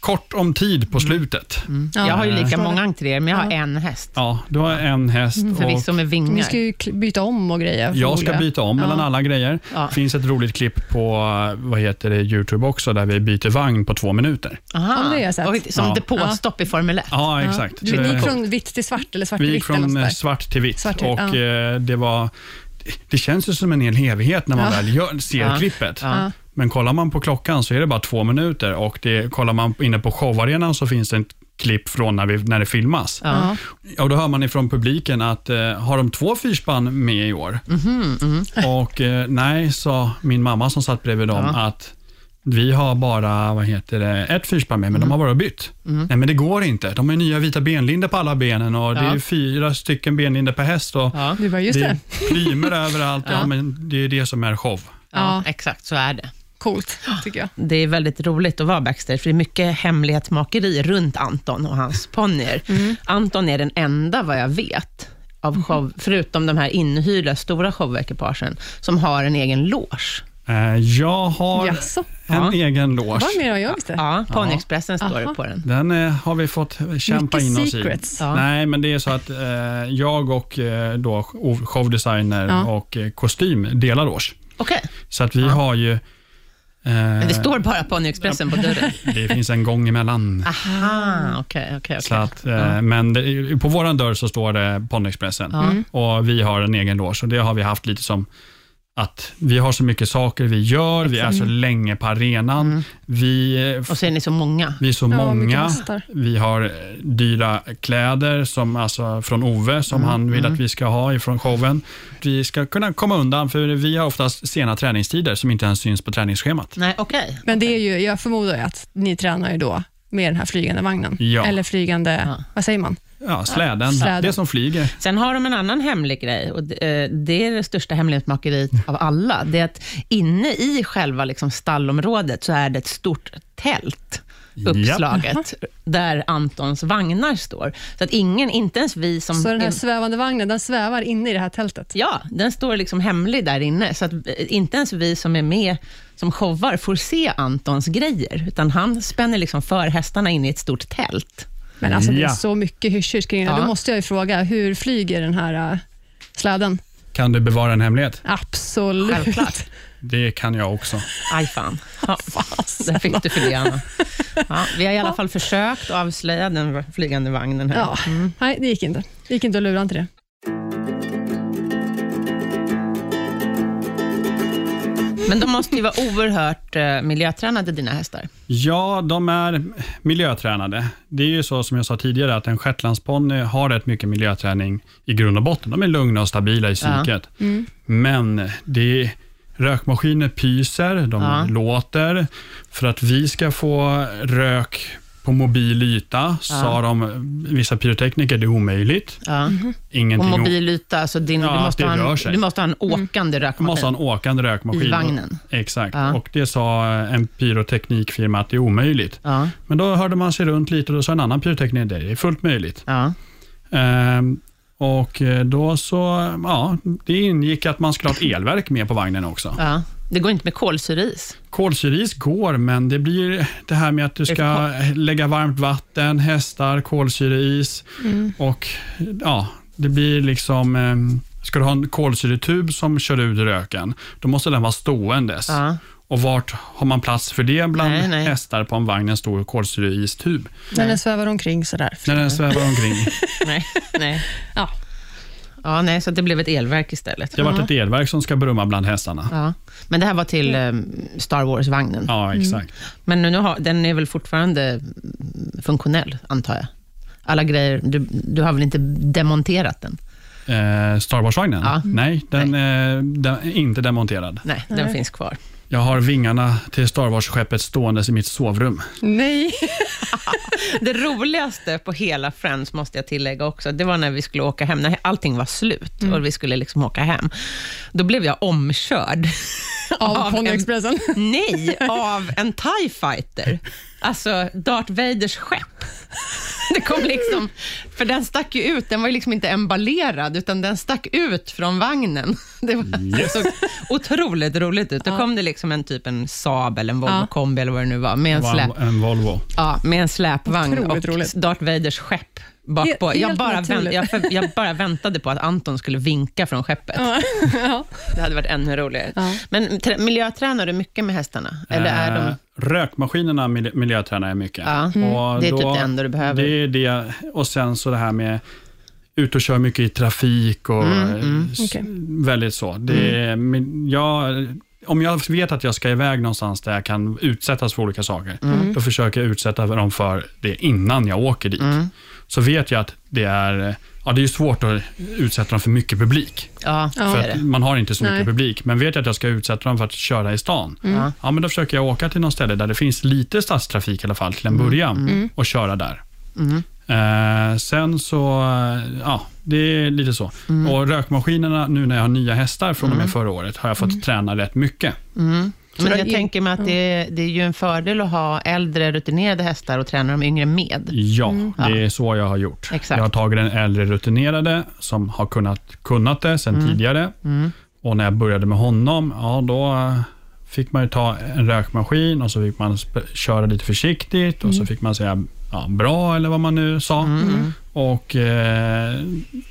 [SPEAKER 3] kort om tid på slutet.
[SPEAKER 2] Ja.
[SPEAKER 1] Mm. Jag har ju lika
[SPEAKER 2] Förstår
[SPEAKER 1] många
[SPEAKER 2] det.
[SPEAKER 1] entréer, men jag har en häst.
[SPEAKER 3] Ja, du har en häst
[SPEAKER 2] Mm,
[SPEAKER 3] och
[SPEAKER 1] Förvisso med
[SPEAKER 2] Vi
[SPEAKER 1] vingar.
[SPEAKER 2] ska ju kl- byta om och grejer.
[SPEAKER 3] jag ska
[SPEAKER 2] förmodligen.
[SPEAKER 3] byta om mellan
[SPEAKER 2] Ja.
[SPEAKER 3] alla grejer.
[SPEAKER 1] Ja.
[SPEAKER 3] finns ett roligt klipp på eh, vad heter det, Youtube också där vi byter vagn på två minuter.
[SPEAKER 1] Aha.
[SPEAKER 2] Ja, det har jag sett.
[SPEAKER 1] Och, som
[SPEAKER 3] Ja.
[SPEAKER 1] depåstopp i Formel 1.
[SPEAKER 3] Ja, exakt.
[SPEAKER 2] Du, ni
[SPEAKER 3] Eh,
[SPEAKER 2] gick från vitt till svart eller svart
[SPEAKER 3] vi
[SPEAKER 2] till
[SPEAKER 3] gick
[SPEAKER 2] vitt? eller något
[SPEAKER 3] från eh,
[SPEAKER 2] sånt
[SPEAKER 3] svart till vitt
[SPEAKER 2] Svart till-
[SPEAKER 3] och
[SPEAKER 2] ja.
[SPEAKER 3] eh, det var det känns ju som en hel evighet när man
[SPEAKER 2] Ja.
[SPEAKER 3] väl gör, ser
[SPEAKER 1] Ja.
[SPEAKER 3] klippet.
[SPEAKER 1] Ja.
[SPEAKER 2] Ja.
[SPEAKER 3] Men kollar man på klockan så är det bara två minuter och det, kollar man inne på showarenan så finns det ett klipp från när, vi, när det filmas.
[SPEAKER 1] Ja.
[SPEAKER 2] Ja.
[SPEAKER 3] Och då hör man ifrån publiken att eh, har de två fyrspann med i år?
[SPEAKER 2] Mhm,
[SPEAKER 3] Och eh, nej, sa min mamma som satt bredvid dem
[SPEAKER 1] Ja.
[SPEAKER 3] att vi har bara vad heter det, ett fyrspann med, men de har
[SPEAKER 2] Mhm.
[SPEAKER 3] bara bytt. Nej, men det går inte. De har nya vita benlindor på alla benen och det
[SPEAKER 1] Ja.
[SPEAKER 3] är fyra stycken benlindor per häst. Och
[SPEAKER 1] Ja.
[SPEAKER 2] Du bara, just
[SPEAKER 3] det
[SPEAKER 2] det. (laughs)
[SPEAKER 3] är plymer överallt. Ja. men det är det som är show.
[SPEAKER 1] Ja,
[SPEAKER 2] Ja.
[SPEAKER 1] exakt så är det.
[SPEAKER 2] Coolt, tycker jag.
[SPEAKER 1] Det är väldigt roligt att vara backstage, för det är mycket hemlighetsmakeri runt Anton och hans ponnyer. Anton är den enda, vad jag vet, av show, förutom de här inhyrda stora showekipagen, som har en egen loge.
[SPEAKER 3] Eh, Jag har
[SPEAKER 2] Jaså?
[SPEAKER 3] en
[SPEAKER 1] Ja.
[SPEAKER 3] egen loge.
[SPEAKER 2] Vad mer har jag visste?
[SPEAKER 1] Ja, Ponyexpressen står det
[SPEAKER 2] Aha.
[SPEAKER 1] på den.
[SPEAKER 3] Den eh, har vi fått kämpa
[SPEAKER 2] Mycket
[SPEAKER 3] in oss
[SPEAKER 2] secrets.
[SPEAKER 3] i.
[SPEAKER 1] Ja.
[SPEAKER 3] Nej, men det är så att eh, jag och eh, då, showdesigner
[SPEAKER 2] Ja.
[SPEAKER 3] och eh, kostym delar års.
[SPEAKER 1] Okej,
[SPEAKER 3] Så att vi har ju... eh,
[SPEAKER 1] men det står bara Ponyexpressen på dörren.
[SPEAKER 3] det finns en
[SPEAKER 1] (laughs)
[SPEAKER 3] gång emellan.
[SPEAKER 1] Aha, okej, okej,
[SPEAKER 3] Så
[SPEAKER 1] okej.
[SPEAKER 3] att, eh, Men det, är- på vår dörr så står det Ponyexpressen
[SPEAKER 1] Mm.
[SPEAKER 3] och vi har en egen loge och det har vi haft lite som att vi har så mycket saker vi gör, vi är så länge på arenan,
[SPEAKER 1] Mm.
[SPEAKER 3] vi, eh, f-
[SPEAKER 1] Och så är ni så många.
[SPEAKER 3] vi är så
[SPEAKER 2] Ja, mycket
[SPEAKER 3] många,
[SPEAKER 2] hästar.
[SPEAKER 3] vi har eh, dyra kläder som, alltså, från Ove som han vill att vi ska ha ifrån showen. Vi ska kunna komma undan för vi har oftast sena träningstider som inte ens syns på träningsschemat.
[SPEAKER 1] Nej, okej.
[SPEAKER 2] Men det är ju, jag förmodar ju att ni tränar ju då med den här flygande vagnen.
[SPEAKER 3] Ja.
[SPEAKER 2] Eller flygande,
[SPEAKER 1] Ja.
[SPEAKER 2] vad säger man?
[SPEAKER 3] Ja, släden,
[SPEAKER 2] Släden.
[SPEAKER 3] det som flyger.
[SPEAKER 1] Sen har de en annan hemlig grej och det eh, det är det största hemlighetsmakeriet av alla. Det är att inne i själva liksom stallområdet så är det ett stort tält uppslaget, där Antons vagnar står. Så att ingen, inte ens vi som...
[SPEAKER 2] Så den här svävande vagnen, den svävar inne i det här tältet.
[SPEAKER 1] Ja, den står liksom hemlig där inne, så att eh, inte ens vi som är med som showar får se Antons grejer, utan han spänner liksom för hästarna in i ett stort tält.
[SPEAKER 2] Men alltså det är
[SPEAKER 3] Ja.
[SPEAKER 2] så mycket hysch kring det.
[SPEAKER 1] Ja.
[SPEAKER 2] Då måste jag ju fråga, hur flyger den här äh, släden?
[SPEAKER 3] Kan du bevara en hemlighet?
[SPEAKER 2] Absolut.
[SPEAKER 1] Självklart.
[SPEAKER 3] Det kan jag också.
[SPEAKER 1] Aj fan. Ja,
[SPEAKER 2] Alltså,
[SPEAKER 1] där fick du för det, Anna. Ja, vi har i alla fall försökt att avslöja den flygande vagnen här.
[SPEAKER 2] Ja, nej det gick inte. Det gick inte att lura inte det.
[SPEAKER 1] Men de måste ju vara oerhört eh, miljötränade, dina hästar.
[SPEAKER 3] Ja, de är miljötränade. Det är ju så som jag sa tidigare att en shetlandsponny har rätt mycket miljöträning i grund och botten. De är lugna och stabila i psyket.
[SPEAKER 1] Mm.
[SPEAKER 3] Men det är, rökmaskiner pyser, de
[SPEAKER 1] Ja.
[SPEAKER 3] låter. För att vi ska få rök på mobil yta sa de, vissa pyrotekniker, det är omöjligt.
[SPEAKER 1] Ja. Och
[SPEAKER 3] Ingenting
[SPEAKER 1] mobil yta, alltså din,
[SPEAKER 3] Mm-hmm. Ja,
[SPEAKER 1] du, måste
[SPEAKER 3] det
[SPEAKER 1] ha
[SPEAKER 3] rör
[SPEAKER 1] en,
[SPEAKER 3] sig.
[SPEAKER 1] du måste ha en åkande
[SPEAKER 3] Man måste ha
[SPEAKER 1] rökmaskin.
[SPEAKER 3] en åkande rökmaskin.
[SPEAKER 1] I vagnen.
[SPEAKER 3] Exakt.
[SPEAKER 1] Ja.
[SPEAKER 3] Och det sa en pyroteknikfirma att det är omöjligt.
[SPEAKER 1] Ja,
[SPEAKER 3] Men då hörde man sig runt lite och då sa en annan pyrotekniker det är fullt möjligt.
[SPEAKER 1] ja.
[SPEAKER 3] Ehm, och då så, ja, det ingick att man skulle ha ett elverk med på vagnen också.
[SPEAKER 1] Ja, det går inte med kolsyreis.
[SPEAKER 3] Kolsyris går, men det blir det här med att du ska lägga varmt vatten, hästar, kolsyreis
[SPEAKER 1] Mm.
[SPEAKER 3] och ja, det blir liksom ehm, Ska du ha en kolsyretub som kör ut röken, då måste den vara ståendes.
[SPEAKER 1] Ja.
[SPEAKER 3] Och vart har man plats för det bland
[SPEAKER 1] Nej, nej.
[SPEAKER 3] hästar på en vagn, en stor kolsyreistub?
[SPEAKER 2] När den svävar omkring sådär.
[SPEAKER 3] När den svävar omkring.
[SPEAKER 1] Nej, nej.
[SPEAKER 2] Ja.
[SPEAKER 1] Ja, nej, så att det blev ett elverk istället.
[SPEAKER 3] Det har varit ett elverk som ska brumma bland hästarna.
[SPEAKER 1] Ja. Men det här var till eh, Star Wars-vagnen.
[SPEAKER 3] Ja, exakt.
[SPEAKER 1] Men nu har, den är väl fortfarande mm, funktionell, antar jag? Alla grejer, du, du har väl inte demonterat den?
[SPEAKER 3] Eh, Star Wars-vagnen?
[SPEAKER 1] Ja.
[SPEAKER 3] Nej, den, eh, den är inte demonterad.
[SPEAKER 1] Nej, den finns kvar.
[SPEAKER 3] Jag har vingarna till Star Wars-skeppet ståendes i mitt sovrum.
[SPEAKER 1] (laughs)
[SPEAKER 2] Nej.
[SPEAKER 1] Det roligaste på hela Friends, måste jag tillägga också, det var när vi skulle åka hem, när allting var slut och vi skulle liksom åka hem. Då blev jag omkörd.
[SPEAKER 2] Av
[SPEAKER 1] Av
[SPEAKER 2] Ponyexpressen.
[SPEAKER 1] Nej, av en TIE fighter. Alltså Darth Vaders skepp. Det kom liksom, för den stack ju ut, den var ju liksom inte emballerad, utan den stack ut från vagnen. Det var så otroligt roligt ut. Då kom det liksom en typ en Saab eller en Volvo
[SPEAKER 2] Ja.
[SPEAKER 1] kombi eller vad det nu var, med en,
[SPEAKER 3] var
[SPEAKER 1] släp,
[SPEAKER 3] en, en Volvo.
[SPEAKER 1] ja, med en släpvagn
[SPEAKER 2] Otroligt
[SPEAKER 1] och
[SPEAKER 2] roligt.
[SPEAKER 1] Darth Vaders skepp bakpå.
[SPEAKER 2] Helt-
[SPEAKER 1] Jag
[SPEAKER 2] helt
[SPEAKER 1] bara, vänt,
[SPEAKER 2] naturligt.
[SPEAKER 1] jag, för, jag bara väntade på att Anton skulle vinka från skeppet.
[SPEAKER 2] (laughs) ja.
[SPEAKER 1] Det hade varit ännu roligare.
[SPEAKER 2] Ja.
[SPEAKER 1] Men trä- miljötränar du mycket med hästarna? Eller är de...
[SPEAKER 3] Eh, Rökmaskinerna mil- miljötränar jag mycket.
[SPEAKER 1] Ja,
[SPEAKER 3] Och
[SPEAKER 1] det är typ det enda du behöver.
[SPEAKER 3] Det är det. Och sen så det här med ut och köra mycket i trafik och
[SPEAKER 1] Mm,
[SPEAKER 3] s-
[SPEAKER 2] Okej.
[SPEAKER 3] väldigt så. Det är, men jag, om jag vet att jag ska iväg någonstans där jag kan utsättas för olika saker,
[SPEAKER 1] Mm.
[SPEAKER 3] då försöker jag utsätta dem för det innan jag åker dit.
[SPEAKER 1] Mm.
[SPEAKER 3] Så vet jag att det är, ja, det är ju svårt att utsätta dem för mycket publik.
[SPEAKER 1] Ja,
[SPEAKER 2] Ja. Mm.
[SPEAKER 1] det
[SPEAKER 3] För
[SPEAKER 1] är
[SPEAKER 3] att
[SPEAKER 1] det.
[SPEAKER 3] man har inte så mycket
[SPEAKER 2] Nej.
[SPEAKER 3] publik. Men vet jag att jag ska utsätta dem för att köra i stan,
[SPEAKER 2] Mm.
[SPEAKER 1] Ja.
[SPEAKER 3] ja, men då försöker jag åka till något ställe där det finns lite stadstrafik i alla fall till en början och köra där. Eh, sen så, eh, ja, det är lite så. Och rökmaskinerna, nu när jag har nya hästar från och med förra året, har jag fått träna rätt mycket.
[SPEAKER 1] Men
[SPEAKER 2] Så
[SPEAKER 1] jag
[SPEAKER 2] det-
[SPEAKER 1] tänker mig att det, det är ju en fördel att ha äldre rutinerade hästar och träna de yngre med.
[SPEAKER 3] Ja, Mm. det är så jag har gjort.
[SPEAKER 1] Exakt.
[SPEAKER 3] Jag har tagit den äldre rutinerade som har kunnat, kunnat det sen tidigare. Och när jag började med honom, ja då eh, fick man ju ta en rökmaskin och så fick man sp- köra lite försiktigt och så fick man säga ja, bra eller vad man nu sa. Och eh,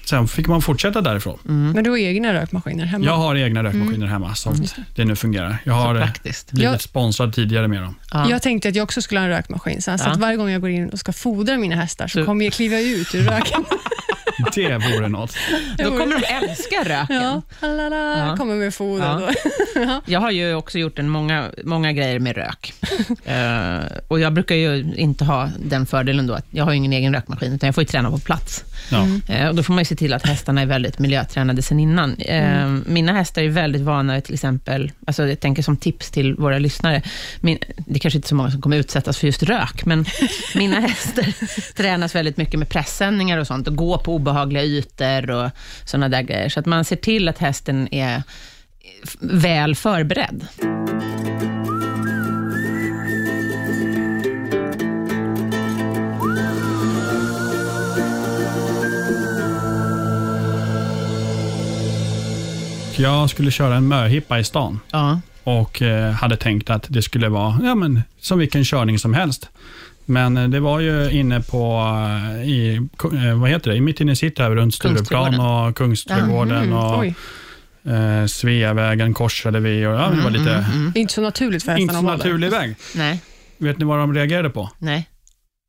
[SPEAKER 3] Sen fick man fortsätta därifrån.
[SPEAKER 2] Men du har egna rökmaskiner hemma?
[SPEAKER 3] Jag har egna rökmaskiner hemma som Mm. det nu fungerar. Jag har
[SPEAKER 1] Så
[SPEAKER 3] eh,
[SPEAKER 1] praktiskt.
[SPEAKER 3] blivit
[SPEAKER 2] Jag-
[SPEAKER 3] sponsrad tidigare med (laughs) dem.
[SPEAKER 1] Ja.
[SPEAKER 2] Jag tänkte att jag också skulle ha en rökmaskin, sen, så
[SPEAKER 1] Ja.
[SPEAKER 2] att varje gång jag går in och ska fodra mina hästar så
[SPEAKER 1] Du-
[SPEAKER 2] kommer jag kliva ut ur röken.
[SPEAKER 3] Det vore något.
[SPEAKER 1] Då kommer de älska röken.
[SPEAKER 2] ja, hallala,
[SPEAKER 1] Ja.
[SPEAKER 2] kommer med foder.
[SPEAKER 1] Ja.
[SPEAKER 2] Då.
[SPEAKER 1] Jag har ju också gjort en många, många grejer med
[SPEAKER 2] (laughs)
[SPEAKER 1] rök. Eh, och jag brukar ju inte ha den fördelen då, att jag har ju ingen egen rökmaskin, utan jag får ju träna på plats.
[SPEAKER 3] Ja.
[SPEAKER 1] Eh, och då får man ju se till att hästarna är väldigt miljötränade sen innan. Eh, Mina hästar är väldigt vana vid till exempel, alltså jag tänker som tips till våra lyssnare, min, det är kanske inte så många som kommer utsättas för just rök, men mina hästar tränas väldigt mycket med pressändningar och sånt, och gå på obehagliga ytor och sådana där grejer. Så att man ser till att hästen är f- väl förberedd.
[SPEAKER 3] Jag skulle köra en möhippa i stan.
[SPEAKER 1] Ja.
[SPEAKER 3] och eh, hade tänkt att det skulle vara ja, men, som vilken körning som helst. Men eh, det var ju inne på, eh, i, ku- eh, vad heter det, mitt inne i city här runt Stureplan
[SPEAKER 1] Kungsträdgården.
[SPEAKER 3] och Kungsträdgården och
[SPEAKER 2] Mm, Oj,
[SPEAKER 3] eh, Sveavägen korsade vi och ja,
[SPEAKER 1] Mm,
[SPEAKER 3] det var lite,
[SPEAKER 2] det är inte så naturligt för
[SPEAKER 3] inte
[SPEAKER 2] hästarna
[SPEAKER 3] så
[SPEAKER 2] att hålla.
[SPEAKER 3] naturlig väg.
[SPEAKER 1] Nej,
[SPEAKER 3] Vet ni vad de reagerade på?
[SPEAKER 1] nej.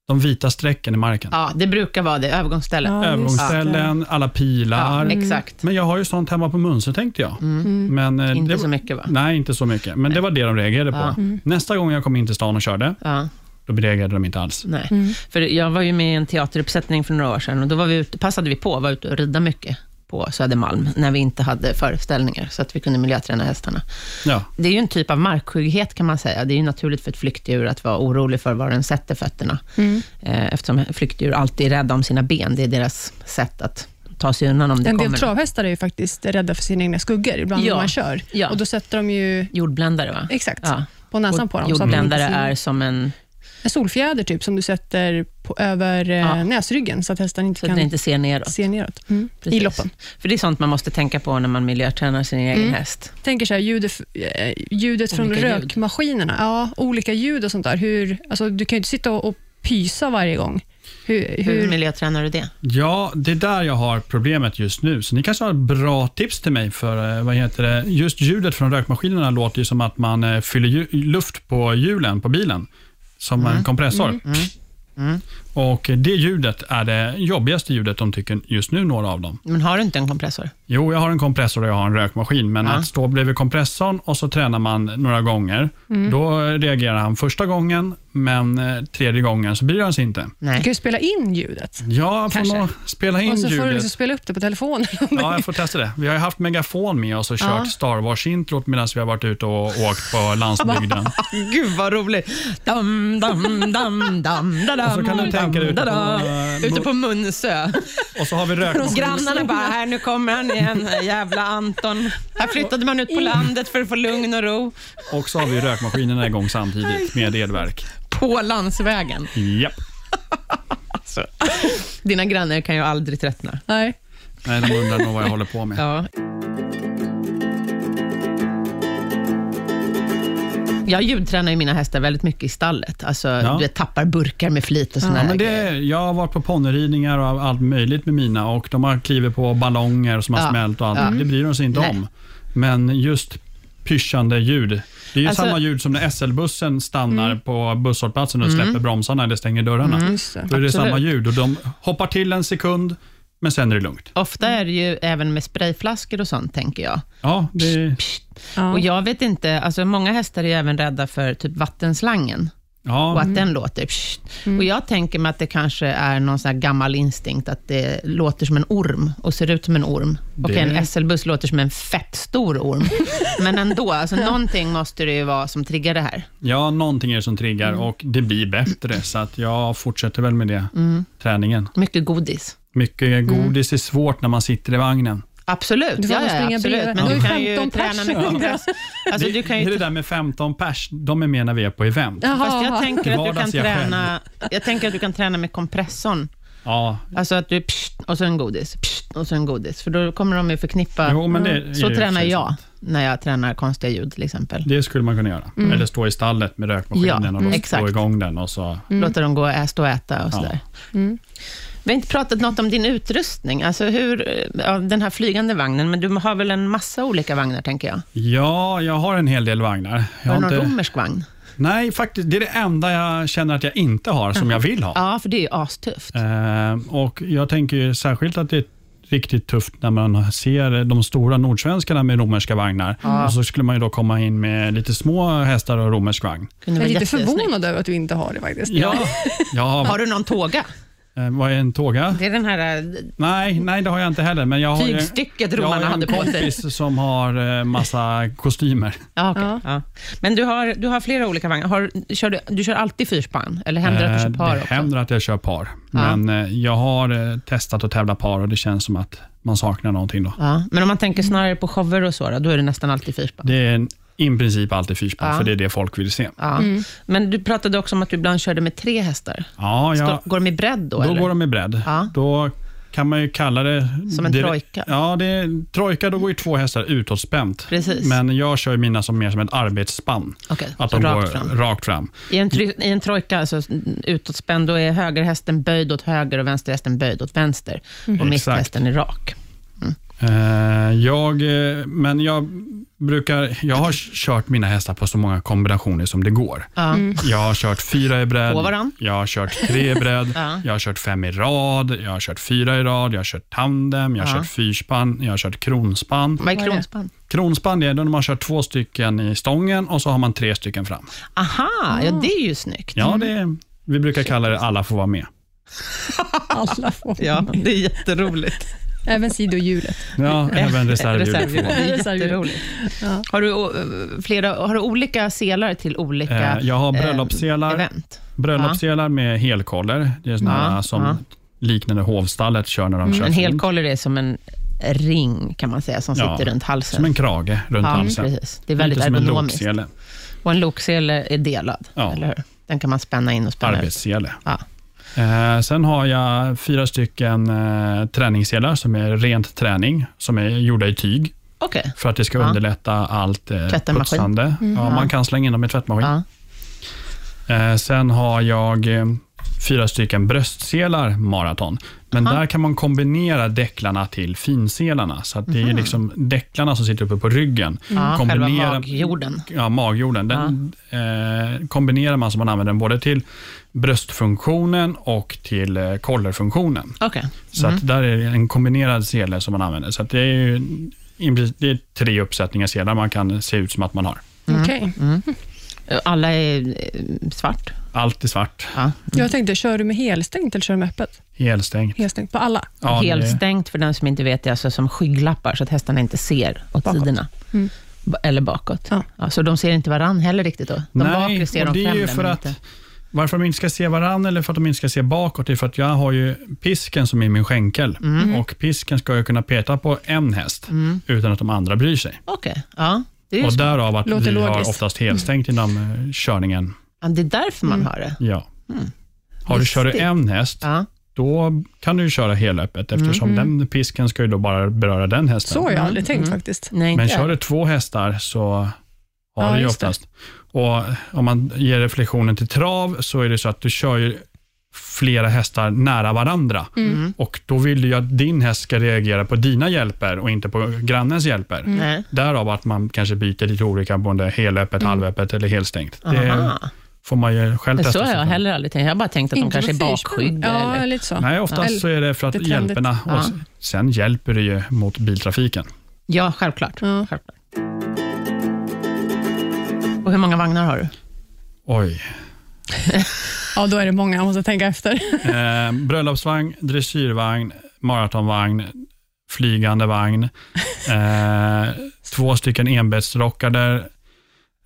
[SPEAKER 3] De vita strecken i marken.
[SPEAKER 1] Ja, det brukar vara det, övergångsstället.
[SPEAKER 2] Ja, just det.
[SPEAKER 3] Övergångsställen, alla
[SPEAKER 1] Ja,
[SPEAKER 3] pilar.
[SPEAKER 1] exakt.
[SPEAKER 3] men jag har ju sånt hemma på Munse tänkte jag. Men, eh,
[SPEAKER 1] Inte
[SPEAKER 3] det,
[SPEAKER 1] så mycket, va?
[SPEAKER 3] Nej, inte så mycket. Men det var det de reagerade på.
[SPEAKER 1] Ja.
[SPEAKER 3] Nästa gång jag kom in till stan och körde,
[SPEAKER 1] Ja.
[SPEAKER 3] då reagerade de inte alls.
[SPEAKER 1] Nej.
[SPEAKER 2] Mm.
[SPEAKER 1] För jag var ju med i en teateruppsättning för några år sedan och då var vi ute, passade vi på att vara ute och rida mycket på Södermalm när vi inte hade föreställningar, så att vi kunde miljöträna hästarna.
[SPEAKER 3] Ja.
[SPEAKER 1] Det är ju en typ av markskygghet kan man säga. Det är ju naturligt för ett flyktdjur att vara orolig för var den sätter fötterna,
[SPEAKER 2] Mm.
[SPEAKER 1] eh, eftersom flyktdjur alltid är rädda om sina ben. Det är deras sätt att ta sig undan om det
[SPEAKER 2] En
[SPEAKER 1] kommer
[SPEAKER 2] del travhästar är ju faktiskt rädda för sina egna skuggor ibland
[SPEAKER 1] Ja.
[SPEAKER 2] när man kör.
[SPEAKER 1] Ja.
[SPEAKER 2] Och då sätter de ju
[SPEAKER 1] jordbländare. Va?
[SPEAKER 2] exakt
[SPEAKER 1] Ja.
[SPEAKER 2] på näsan på dem. så att de inte
[SPEAKER 1] Jordbländare
[SPEAKER 2] ser-
[SPEAKER 1] är som en,
[SPEAKER 2] En solfjäder typ, som du sätter på, över eh,
[SPEAKER 1] Ja.
[SPEAKER 2] näsryggen så att hästen inte
[SPEAKER 1] så att
[SPEAKER 2] kan
[SPEAKER 1] den inte ser neråt.
[SPEAKER 2] se neråt. Mm. I
[SPEAKER 1] Precis.
[SPEAKER 2] loppen. Mm.
[SPEAKER 1] För det är sånt man måste tänka på när man miljötränar sin egen häst.
[SPEAKER 2] Tänker så här, ljudet, eh, ljudet från
[SPEAKER 1] Olika ljud.
[SPEAKER 2] rökmaskinerna, ja, olika ljud och sånt där. Hur, alltså, du kan ju inte sitta och, och pysa varje gång. Hur,
[SPEAKER 1] Hur
[SPEAKER 2] hur,
[SPEAKER 1] miljötränar du det?
[SPEAKER 3] Ja, det är där jag har problemet just nu. Så ni kanske har bra tips till mig för eh, vad heter det? just ljudet från rökmaskinerna låter ju som att man eh, fyller ju- luft på hjulen på bilen, som en kompressor. Och eh, det ljudet är det jobbigaste ljudet de tycker just nu, några av dem.
[SPEAKER 1] Men har du inte en kompressor?
[SPEAKER 3] Jo, jag har en kompressor och jag har en rökmaskin, men
[SPEAKER 1] Ja.
[SPEAKER 3] att stå bredvid kompressorn och så tränar man några gånger, då reagerar han första gången, men eh, tredje gången så bryr han sig inte.
[SPEAKER 2] du
[SPEAKER 1] Nej.
[SPEAKER 2] kan ju spela in ljudet.
[SPEAKER 3] Ja, får
[SPEAKER 2] Kanske.
[SPEAKER 3] nog spela in
[SPEAKER 2] och så
[SPEAKER 3] ljudet.
[SPEAKER 2] får du liksom spela upp det på telefonen. (laughs)
[SPEAKER 3] Ja, jag får testa det. Vi har ju haft megafon med oss och kört Star Wars-introt medan vi har varit ute och åkt på landsbygden.
[SPEAKER 2] (laughs)
[SPEAKER 1] Gud vad roligt. Dam, dam, dam, dam, da, dam,
[SPEAKER 3] Och så Alltså, kan du tänka dig
[SPEAKER 1] da,
[SPEAKER 3] ute
[SPEAKER 1] da.
[SPEAKER 3] på-
[SPEAKER 1] Ute på Munsö.
[SPEAKER 3] Och så har vi rökmaskin.
[SPEAKER 1] Grannarna bara, här nu kommer han igen, jävla Anton. Här flyttade man ut på landet för att få lugn och ro.
[SPEAKER 3] Och så har vi rökmaskinerna igång samtidigt med elverk.
[SPEAKER 1] På landsvägen.
[SPEAKER 3] Japp.
[SPEAKER 1] Dina grannar kan ju aldrig tröttna.
[SPEAKER 2] Nej.
[SPEAKER 3] Nej, de undrar nog vad jag håller på med.
[SPEAKER 1] Ja. Jag ljudtränar ju mina hästar väldigt mycket i stallet. Alltså, du vet, tappar burkar med flit och såna
[SPEAKER 3] Ja,
[SPEAKER 1] här
[SPEAKER 3] men
[SPEAKER 1] grejer.
[SPEAKER 3] det, jag har varit på ponnyridningar och allt möjligt med mina och de har klivit på ballonger som har
[SPEAKER 1] Ja.
[SPEAKER 3] smält och allt.
[SPEAKER 1] Ja.
[SPEAKER 3] Det bryr de sig inte
[SPEAKER 1] Nej.
[SPEAKER 3] om. Men just pyschande ljud. Det är ju
[SPEAKER 1] Alltså- Mm.
[SPEAKER 3] samma ljud som när SL-bussen stannar på busshållplatsen och släpper bromsarna eller stänger dörrarna.
[SPEAKER 2] Just det.
[SPEAKER 3] Då är det
[SPEAKER 1] Absolut.
[SPEAKER 3] samma ljud och de hoppar till en sekund, men sen är det lugnt.
[SPEAKER 1] Ofta är det ju även med sprayflaskor och sånt, tänker jag.
[SPEAKER 3] Ja, det,
[SPEAKER 1] Och
[SPEAKER 2] Ja.
[SPEAKER 1] jag vet inte, alltså många hästar är ju även rädda för typ vattenslangen och
[SPEAKER 3] ja,
[SPEAKER 2] Mm.
[SPEAKER 1] att den låter. pssst. Och jag tänker mig att det kanske är någon sån här gammal instinkt att det låter som en orm och ser ut som en orm. Och
[SPEAKER 3] Det-
[SPEAKER 1] en SL-buss låter som en fett stor orm.
[SPEAKER 2] (laughs)
[SPEAKER 1] Men ändå, alltså någonting måste det ju vara som triggar det Mm. här.
[SPEAKER 3] ja, någonting är det som triggar och det blir bättre. Så att jag fortsätter
[SPEAKER 1] Mm.
[SPEAKER 3] väl med det, träningen.
[SPEAKER 1] Mycket godis. Mm.
[SPEAKER 3] Mycket godis är svårt när man sitter i vagnen.
[SPEAKER 1] Absolut,
[SPEAKER 2] Du får
[SPEAKER 1] ja,
[SPEAKER 2] nog
[SPEAKER 1] ja,
[SPEAKER 2] springa
[SPEAKER 1] absolut. men
[SPEAKER 2] bredvid. Det
[SPEAKER 1] du
[SPEAKER 2] var
[SPEAKER 1] kan
[SPEAKER 2] ju
[SPEAKER 1] ju
[SPEAKER 2] 15
[SPEAKER 1] träna med
[SPEAKER 2] (laughs) pers.
[SPEAKER 1] kontrast. Alltså,
[SPEAKER 3] det,
[SPEAKER 1] du kan ju
[SPEAKER 3] det är det där med 15 pers, de är med när vi är på event. Ja,
[SPEAKER 2] Jaha,
[SPEAKER 1] Fast jag
[SPEAKER 2] jaha.
[SPEAKER 1] tänker,
[SPEAKER 3] Till
[SPEAKER 1] att du
[SPEAKER 3] vardags
[SPEAKER 1] kan
[SPEAKER 3] jag själv.
[SPEAKER 1] träna, jag tänker att du kan träna med kompressorn. Alltså att du pst, och så en godis, pst, och så en godis. För då kommer de ju förknippa... Mm.
[SPEAKER 3] Jo, men det är
[SPEAKER 1] så
[SPEAKER 3] ju
[SPEAKER 1] tränar
[SPEAKER 3] precis
[SPEAKER 1] jag,
[SPEAKER 3] sant.
[SPEAKER 1] när jag tränar konstiga ljud till exempel.
[SPEAKER 3] det skulle man kunna göra. Eller stå i stallet med rökmaskinen
[SPEAKER 1] Mm. Ja,
[SPEAKER 3] och
[SPEAKER 1] mm.
[SPEAKER 3] då
[SPEAKER 1] exakt.
[SPEAKER 3] slå igång den och så
[SPEAKER 1] Låta dem gå och ä- stå och äta och
[SPEAKER 3] Mm. Ja.
[SPEAKER 1] sådär. Vi har inte pratat något om din utrustning, alltså hur, eh, ja, den här flygande vagnen, men du har väl en massa olika vagnar, tänker jag?
[SPEAKER 3] Ja, jag har en hel del vagnar. Jag
[SPEAKER 1] Har du
[SPEAKER 3] har
[SPEAKER 1] någon
[SPEAKER 3] inte,
[SPEAKER 1] romersk vagn?
[SPEAKER 3] nej, faktiskt, det är det enda jag känner att jag inte har som jag vill ha.
[SPEAKER 1] Ja, för det är ju astufft.
[SPEAKER 3] Eh, och Jag tänker ju särskilt att det är riktigt tufft när man ser de stora nordsvenskarna med romerska vagnar. Och så skulle man ju då komma in med lite små hästar och romersk vagn.
[SPEAKER 1] Kunde
[SPEAKER 2] Jag är
[SPEAKER 1] vara
[SPEAKER 2] lite
[SPEAKER 1] jättesnyggt.
[SPEAKER 2] förvånad över att du inte har det faktiskt.
[SPEAKER 3] Ja,
[SPEAKER 1] (laughs) Har
[SPEAKER 3] ja
[SPEAKER 1] du någon tåga?
[SPEAKER 3] eh, vad är en tåga?
[SPEAKER 1] Det är den här eh,
[SPEAKER 3] Nej, nej, det har jag inte heller. Men jag har ju-
[SPEAKER 1] tygstycket romarna
[SPEAKER 3] jag har
[SPEAKER 1] hade
[SPEAKER 3] en
[SPEAKER 1] på sig.
[SPEAKER 3] kompis som har eh, massa kostymer.
[SPEAKER 1] Ja, okej.
[SPEAKER 2] Ja.
[SPEAKER 1] ja. Men du har, du har flera olika vagnar. Har, kör du, du kör alltid fyrspann, eller händer det att du
[SPEAKER 3] Eh,
[SPEAKER 1] kör par
[SPEAKER 3] det
[SPEAKER 1] också?
[SPEAKER 3] händer att jag kör par,
[SPEAKER 1] Ja.
[SPEAKER 3] men eh, jag har eh, testat att tävla par och det känns som att man saknar någonting då.
[SPEAKER 1] Ja. Men om man tänker snarare på shower och så, då, då är det nästan alltid fyrspann.
[SPEAKER 3] Det är en, i princip alltid fyrspår,
[SPEAKER 1] Ja.
[SPEAKER 3] för det är det folk vill se.
[SPEAKER 1] Ja.
[SPEAKER 2] Mm.
[SPEAKER 1] Men du pratade också om att du ibland körde med tre hästar.
[SPEAKER 3] Ja,
[SPEAKER 1] Står-
[SPEAKER 3] jag,
[SPEAKER 1] Går de i bredd då?
[SPEAKER 3] då
[SPEAKER 1] eller?
[SPEAKER 3] går de i bredd.
[SPEAKER 1] Ja.
[SPEAKER 3] Då kan man ju kalla det...
[SPEAKER 1] Som en
[SPEAKER 3] det-
[SPEAKER 1] trojka.
[SPEAKER 3] Ja, det är, trojka, då går ju två hästar utåtspänt.
[SPEAKER 1] Precis.
[SPEAKER 3] Men jag kör ju mina som mer som ett arbetsspann.
[SPEAKER 1] Okej,
[SPEAKER 3] Att
[SPEAKER 1] så
[SPEAKER 3] de
[SPEAKER 1] rakt
[SPEAKER 3] går
[SPEAKER 1] fram.
[SPEAKER 3] rakt fram.
[SPEAKER 1] I, en try- I en trojka, alltså utåtspänd, då är högerhästen böjd åt höger och vänsterhästen böjd åt vänster.
[SPEAKER 2] Mm.
[SPEAKER 1] Och
[SPEAKER 3] Exakt.
[SPEAKER 1] mitthästen är rak.
[SPEAKER 3] Eh, Jag, eh, men jag brukar... Jag har kört mina hästar på så många kombinationer som det går.
[SPEAKER 1] Ja.
[SPEAKER 2] Mm.
[SPEAKER 3] Jag har kört fyra i bredd,
[SPEAKER 1] På varann.
[SPEAKER 3] jag har kört tre i bredd,
[SPEAKER 1] (laughs) Ja.
[SPEAKER 3] jag har kört fem i rad, jag har kört fyra i rad, jag har kört tandem, jag har
[SPEAKER 1] Ja.
[SPEAKER 3] kört fyrspann, jag har kört kronspann.
[SPEAKER 1] Vad är
[SPEAKER 2] Vad är det?
[SPEAKER 1] kronspann?
[SPEAKER 3] Kronspann det är då när man kör två stycken i stången och så har man tre stycken fram.
[SPEAKER 1] Aha, ja
[SPEAKER 2] Ah.
[SPEAKER 1] det är ju snyggt.
[SPEAKER 3] Ja, det är, vi brukar kalla det alla får vara med.
[SPEAKER 1] (laughs)
[SPEAKER 2] Alla får.
[SPEAKER 1] Ja, det är jätteroligt.
[SPEAKER 2] Även sidohjulet.
[SPEAKER 3] Ja,
[SPEAKER 1] Eh,
[SPEAKER 3] även reservhjulet får
[SPEAKER 1] (laughs) Reservhjul.
[SPEAKER 3] vara med.
[SPEAKER 1] Det är
[SPEAKER 2] Reservhjul.
[SPEAKER 1] jätteroligt.
[SPEAKER 2] Ja.
[SPEAKER 1] Har, du, eh, flera, har du olika selar till olika
[SPEAKER 3] Eh, Jag har
[SPEAKER 1] eh,
[SPEAKER 3] bröllopsselar,
[SPEAKER 1] event?
[SPEAKER 3] bröllopsselar med helkoller. Det är såna
[SPEAKER 1] Ja,
[SPEAKER 3] här
[SPEAKER 1] ja. Mm,
[SPEAKER 3] som liknande hovstallet kör när de kör
[SPEAKER 1] En
[SPEAKER 3] fint.
[SPEAKER 1] helkoller är som en ring, kan man säga, som
[SPEAKER 3] Ja,
[SPEAKER 1] sitter runt halsen.
[SPEAKER 3] Som en krage runt
[SPEAKER 1] ja,
[SPEAKER 3] halsen.
[SPEAKER 1] precis. Det är väldigt
[SPEAKER 3] Lite som en
[SPEAKER 1] ergonomiskt.
[SPEAKER 3] loksele,
[SPEAKER 1] Och en loksele är delad,
[SPEAKER 3] Ja.
[SPEAKER 1] eller hur? Den kan man spänna in och spänna ut.
[SPEAKER 3] arbetssele.
[SPEAKER 1] Ja.
[SPEAKER 3] Eh, sen har jag fyra stycken eh, träningsselar som är rent träning, som är gjorda i tyg
[SPEAKER 1] Okej.
[SPEAKER 3] för att det ska
[SPEAKER 1] Ja.
[SPEAKER 3] underlätta allt eh,
[SPEAKER 1] Tvätta en maskin.
[SPEAKER 3] putsande. Ja, man kan slänga in dem i tvättmaskin.
[SPEAKER 1] Ja.
[SPEAKER 3] Eh, sen har jag eh, fyra stycken bröstselar maraton. Men där kan man kombinera däcklarna till finselarna. Så att det är liksom däcklarna som sitter uppe på ryggen.
[SPEAKER 1] Mhm. Ja, själva
[SPEAKER 3] Kombinera-
[SPEAKER 1] magjorden.
[SPEAKER 3] Ja, magjorden. Den eh, kombinerar man så man använder den både till bröstfunktionen och till eh, kollerfunktionen.
[SPEAKER 1] Okej.
[SPEAKER 3] Så
[SPEAKER 1] Mhm.
[SPEAKER 3] att där är det en kombinerad sele som man använder. Så att det är ju i princip- det är tre uppsättningar selar man kan se ut som att man har.
[SPEAKER 1] Mm.
[SPEAKER 2] Okej.
[SPEAKER 1] Alla är eh, svart.
[SPEAKER 3] Allt i svart,
[SPEAKER 1] Ja.
[SPEAKER 2] Jag tänkte, kör du med helstängt eller kör du med öppet?
[SPEAKER 3] helstängt.
[SPEAKER 2] Helstängt på alla?
[SPEAKER 3] Ja, det-
[SPEAKER 1] Helstängt, för den som inte vet, är alltså som skygglappar, så att hästarna inte ser åt
[SPEAKER 2] Bakåt.
[SPEAKER 1] sidorna.
[SPEAKER 2] Mm.
[SPEAKER 1] B- Eller bakåt.
[SPEAKER 2] Ja.
[SPEAKER 1] Ja, så de ser inte varann heller riktigt då? De bakre ser
[SPEAKER 3] och
[SPEAKER 1] de
[SPEAKER 3] det är
[SPEAKER 1] främre,
[SPEAKER 3] ju för
[SPEAKER 1] men
[SPEAKER 3] att
[SPEAKER 1] inte-
[SPEAKER 3] varför de inte ska se varandra eller för att de inte ska se bakåt, det är för att jag har ju pisken som är min skänkel
[SPEAKER 1] Mm.
[SPEAKER 3] och pisken ska jag kunna peta på en häst utan att de andra bryr sig.
[SPEAKER 1] Okej, ja. Det Mm. är, ju
[SPEAKER 3] Och
[SPEAKER 1] så.
[SPEAKER 3] därav att
[SPEAKER 2] Låter
[SPEAKER 3] vi har
[SPEAKER 2] logiskt.
[SPEAKER 3] oftast helstängt inom eh, körningen.
[SPEAKER 1] Ja, det är därför
[SPEAKER 3] Mm.
[SPEAKER 1] man har det.
[SPEAKER 3] Ja. Har du kör du en häst,
[SPEAKER 1] Mm. Ja. Mm-hmm.
[SPEAKER 3] då kan du ju köra helöppet eftersom den pisken ska ju då bara beröra den hästen.
[SPEAKER 2] Så har jag aldrig
[SPEAKER 1] Mm,
[SPEAKER 2] tänkt
[SPEAKER 1] mm.
[SPEAKER 2] faktiskt.
[SPEAKER 1] Nej, inte
[SPEAKER 3] Men
[SPEAKER 1] jag.
[SPEAKER 3] kör du två hästar så har
[SPEAKER 2] Ja,
[SPEAKER 3] du ju
[SPEAKER 2] just det.
[SPEAKER 3] oftast. Och om man ger reflektionen till trav så är det så att du kör ju flera hästar nära varandra.
[SPEAKER 1] Mm.
[SPEAKER 3] Och Då vill du ju att din häst ska reagera på dina hjälper och inte på grannens hjälper.
[SPEAKER 1] Nej.
[SPEAKER 3] Därav att man kanske byter lite olika, både helöppet, halvöppet eller helstängt. Mm. Det
[SPEAKER 1] Mm. Aha.
[SPEAKER 3] får man ju själv
[SPEAKER 1] Men
[SPEAKER 3] testa.
[SPEAKER 1] så har
[SPEAKER 3] sig
[SPEAKER 1] jag
[SPEAKER 3] fram.
[SPEAKER 1] heller aldrig tänkt. Jag har bara tänkt att de
[SPEAKER 2] Inte
[SPEAKER 1] kanske är
[SPEAKER 2] på fyrspänn.
[SPEAKER 1] bakskygga.
[SPEAKER 2] Ja,
[SPEAKER 1] eller.
[SPEAKER 2] lite så.
[SPEAKER 3] Nej, oftast
[SPEAKER 2] Ja.
[SPEAKER 3] så är det för att
[SPEAKER 2] Det är trendigt.
[SPEAKER 3] hjälperna... Och
[SPEAKER 1] Ja.
[SPEAKER 3] s- Sen hjälper det ju mot biltrafiken.
[SPEAKER 1] ja självklart.
[SPEAKER 2] Ja.
[SPEAKER 1] självklart. Och hur många vagnar har du?
[SPEAKER 3] Oj.
[SPEAKER 2] Ja, då är det många. Jag måste tänka efter.
[SPEAKER 3] Eh, bröllopsvagn, dressyrvagn, maratonvagn, flygande vagn, eh, två stycken enbetsrockade,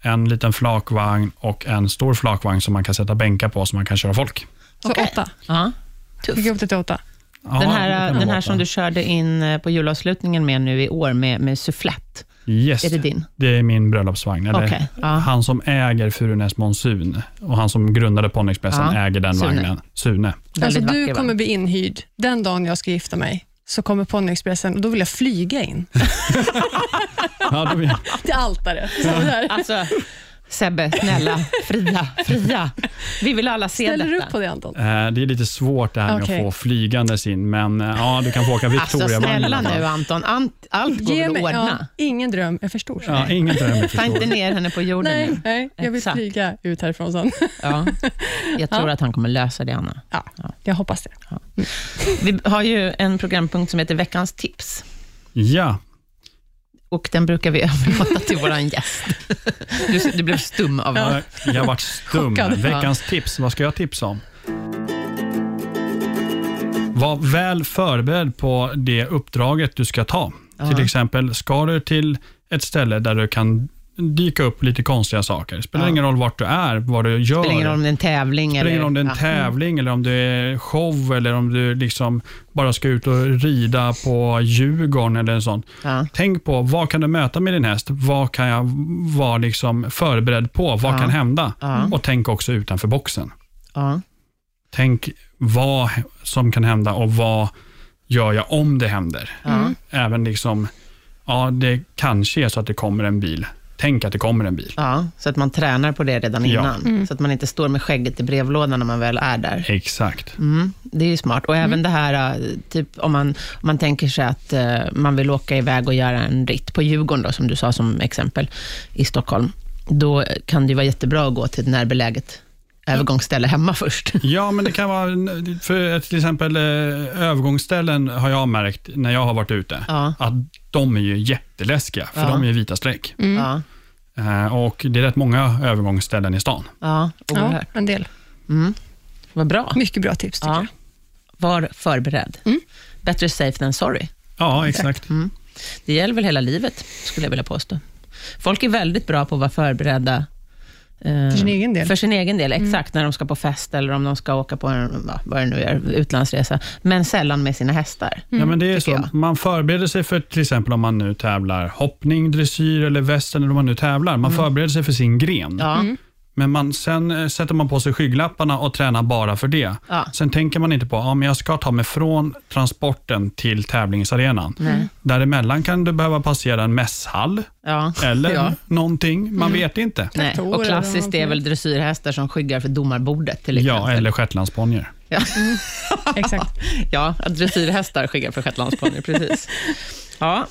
[SPEAKER 3] en liten flakvagn och en stor flakvagn som man kan sätta bänkar på så man kan köra folk.
[SPEAKER 2] Så
[SPEAKER 1] Okej.
[SPEAKER 2] åtta.
[SPEAKER 1] Ja.
[SPEAKER 2] Fick ihop det till åtta.
[SPEAKER 3] Ja,
[SPEAKER 1] den
[SPEAKER 3] det kan
[SPEAKER 1] här,
[SPEAKER 3] det
[SPEAKER 1] den
[SPEAKER 3] vara.
[SPEAKER 1] här som du körde in eh, på julavslutningen med nu i år med, med sufflett.
[SPEAKER 3] Yes,
[SPEAKER 1] Är det din?
[SPEAKER 3] det är min bröllopsvagn. Eller,
[SPEAKER 1] Okej, ja.
[SPEAKER 3] Han som äger Furunäs Monsun och han som grundade Ponyexpressen
[SPEAKER 1] Ja,
[SPEAKER 3] äger den
[SPEAKER 1] Sune.
[SPEAKER 3] vagnen. Sune.
[SPEAKER 2] Alltså,
[SPEAKER 1] Väldigt
[SPEAKER 2] du
[SPEAKER 1] vacker, va?
[SPEAKER 2] kommer bli inhyrd. Den dagen jag ska gifta mig så kommer Ponyexpressen och då vill jag flyga in
[SPEAKER 3] Ja,
[SPEAKER 1] (laughs)
[SPEAKER 3] då vill jag-
[SPEAKER 2] till altaret. Så där.
[SPEAKER 1] Alltså, Sebbe, snälla, fria, fria. Vi vill alla se
[SPEAKER 2] Ställer du
[SPEAKER 1] detta.
[SPEAKER 2] upp på det, Anton?
[SPEAKER 3] Eh, Det är lite svårt det här med
[SPEAKER 2] Okej.
[SPEAKER 3] att få flygandes in, men eh, ja, du kan få åka
[SPEAKER 1] Alltså
[SPEAKER 3] Victoria
[SPEAKER 1] snälla nu Anton, Ant, allt går väl att
[SPEAKER 2] ja,
[SPEAKER 1] ordna.
[SPEAKER 2] ingen dröm är för stor.
[SPEAKER 3] Ja, ingen dröm är för
[SPEAKER 1] Ta inte
[SPEAKER 3] stor.
[SPEAKER 1] ner henne på jorden
[SPEAKER 2] Nej,
[SPEAKER 1] nu.
[SPEAKER 2] nej, jag vill
[SPEAKER 1] Exakt.
[SPEAKER 2] flyga ut härifrån sen.
[SPEAKER 1] Ja. Jag tror att han kommer lösa det, Anna.
[SPEAKER 2] Ja, jag hoppas det.
[SPEAKER 1] Vi har ju en programpunkt som heter Veckans tips.
[SPEAKER 3] Ja,
[SPEAKER 1] Och den brukar vi (laughs) överlåta till vår gäst. Du, du blev stum av
[SPEAKER 3] eh, jag vart stum.
[SPEAKER 2] Chockad.
[SPEAKER 3] Veckans tips, vad ska jag tipsa om? Var väl förberedd på det uppdraget du ska ta. Till exempel, ska du till ett ställe där du kan dyka upp lite konstiga saker. Det spelar
[SPEAKER 1] Ja.
[SPEAKER 3] ingen roll vart du är, vad du gör.
[SPEAKER 1] Spelar ingen roll om det är en tävling.
[SPEAKER 3] spelar ingen roll om det är en
[SPEAKER 1] ja. Mm.
[SPEAKER 3] tävling eller om det är show eller om du liksom bara ska ut och rida på Djurgården eller en sån.
[SPEAKER 1] Ja.
[SPEAKER 3] Tänk på, vad kan du möta med din häst? Vad kan jag vara liksom förberedd på? Vad
[SPEAKER 1] Ja.
[SPEAKER 3] kan hända?
[SPEAKER 1] Ja.
[SPEAKER 3] Och tänk också utanför boxen.
[SPEAKER 1] Ja.
[SPEAKER 3] Tänk vad som kan hända och vad gör jag om det händer?
[SPEAKER 1] Ja.
[SPEAKER 2] Mm.
[SPEAKER 3] Även liksom, ja det kanske är så att det kommer en bil. Tänk att det kommer en bil.
[SPEAKER 1] Ja, så att man tränar på det redan
[SPEAKER 3] Ja.
[SPEAKER 1] innan.
[SPEAKER 2] Mm.
[SPEAKER 1] Så att man inte står med skägget i brevlådan när man väl är där.
[SPEAKER 3] Exakt.
[SPEAKER 1] Mm, det är ju smart. Och
[SPEAKER 2] Mm.
[SPEAKER 1] även det här, eh, typ, om, man, om man tänker sig att eh, man vill åka iväg och göra en ritt på Djurgården, då, som du sa som exempel, i Stockholm. Då kan det ju vara jättebra att gå till ett närbeläget
[SPEAKER 2] Mm.
[SPEAKER 1] övergångsställe hemma (laughs) först.
[SPEAKER 3] Ja, men det kan vara, för till exempel eh, övergångsställen har jag märkt när jag har varit ute,
[SPEAKER 1] Ja.
[SPEAKER 3] att de är ju jätteläskiga, för
[SPEAKER 1] Ja.
[SPEAKER 3] de är ju vita streck.
[SPEAKER 2] Mm.
[SPEAKER 1] Ja,
[SPEAKER 3] Eh, Och det är rätt många övergångsställen i stan.
[SPEAKER 1] ja,
[SPEAKER 2] Ja,
[SPEAKER 1] oerhört.
[SPEAKER 2] en del.
[SPEAKER 1] Vad bra.
[SPEAKER 2] Mycket bra tips tycker Mm.
[SPEAKER 1] Ja. Var förberedd. Bättre safe than sorry.
[SPEAKER 3] Ja, exakt.
[SPEAKER 1] Mm. Det gäller väl hela livet, skulle jag vilja påstå. Folk är väldigt bra på att vara förberedda eh,
[SPEAKER 2] För sin egen del. Mm.
[SPEAKER 1] För sin egen del, exakt. När de ska på fest eller om de ska åka på en va, vad det nu är, utlandsresa. Men sällan med sina hästar.
[SPEAKER 3] ja, men det är så.
[SPEAKER 1] tycker jag.
[SPEAKER 3] Man förbereder sig för till exempel om man nu tävlar hoppning, dressyr eller western, eller om man nu tävlar. Man förbereder sig för sin gren.
[SPEAKER 1] Mm. Ja,
[SPEAKER 2] Mm.
[SPEAKER 3] Men man, sen eh, sätter man på sig skygglapparna och tränar bara för det.
[SPEAKER 1] Ja.
[SPEAKER 3] Sen tänker man inte på att ja, men jag ska ta mig från transporten till tävlingsarenan. Däremellan kan du behöva passera en mässhall
[SPEAKER 1] ja.
[SPEAKER 3] eller
[SPEAKER 1] (laughs) Ja. Mm.
[SPEAKER 3] någonting. Man vet inte.
[SPEAKER 1] Nej.
[SPEAKER 2] Traktorer
[SPEAKER 1] Och
[SPEAKER 2] eller
[SPEAKER 1] klassiskt
[SPEAKER 2] någonting.
[SPEAKER 1] är väl dressyrhästar som skyggar för domarbordet till
[SPEAKER 3] Ja,
[SPEAKER 1] exempel.
[SPEAKER 3] eller shetlandsponnyer.
[SPEAKER 1] Ja. (laughs)
[SPEAKER 2] jag. Exakt.
[SPEAKER 1] Ja, dressyrhästar skyggar för shetlandsponnyer, precis. Ja.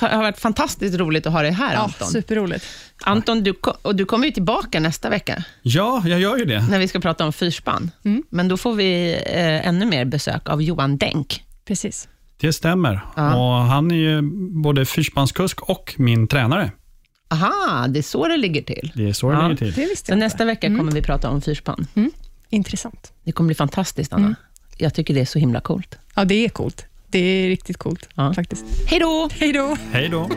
[SPEAKER 1] Det har varit fantastiskt roligt att ha dig här,
[SPEAKER 2] Ja,
[SPEAKER 1] Anton.
[SPEAKER 2] superroligt.
[SPEAKER 1] Anton, du, ko- och du kommer ju tillbaka nästa vecka.
[SPEAKER 3] Ja, jag gör ju det.
[SPEAKER 1] när vi ska prata om fyrspann. Men då får vi eh, ännu mer besök av Johan Denk.
[SPEAKER 2] Precis.
[SPEAKER 3] Det stämmer. Och han är ju både fyrspanskusk och min tränare.
[SPEAKER 1] Aha, det är så det ligger till.
[SPEAKER 3] Det är så det
[SPEAKER 1] Ja.
[SPEAKER 3] ligger till.
[SPEAKER 2] Det visste
[SPEAKER 1] Så
[SPEAKER 2] jag
[SPEAKER 1] nästa vecka kommer vi prata om fyrspann.
[SPEAKER 2] Intressant.
[SPEAKER 1] Det kommer bli fantastiskt, Anna. Jag tycker det är så himla coolt.
[SPEAKER 2] Ja, det är coolt. Det är riktigt coolt
[SPEAKER 1] Ja.
[SPEAKER 2] faktiskt.
[SPEAKER 1] Hej då!
[SPEAKER 2] Hej då!
[SPEAKER 3] Hej då.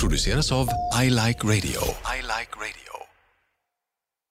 [SPEAKER 4] produceras av I Like Radio. I like radio.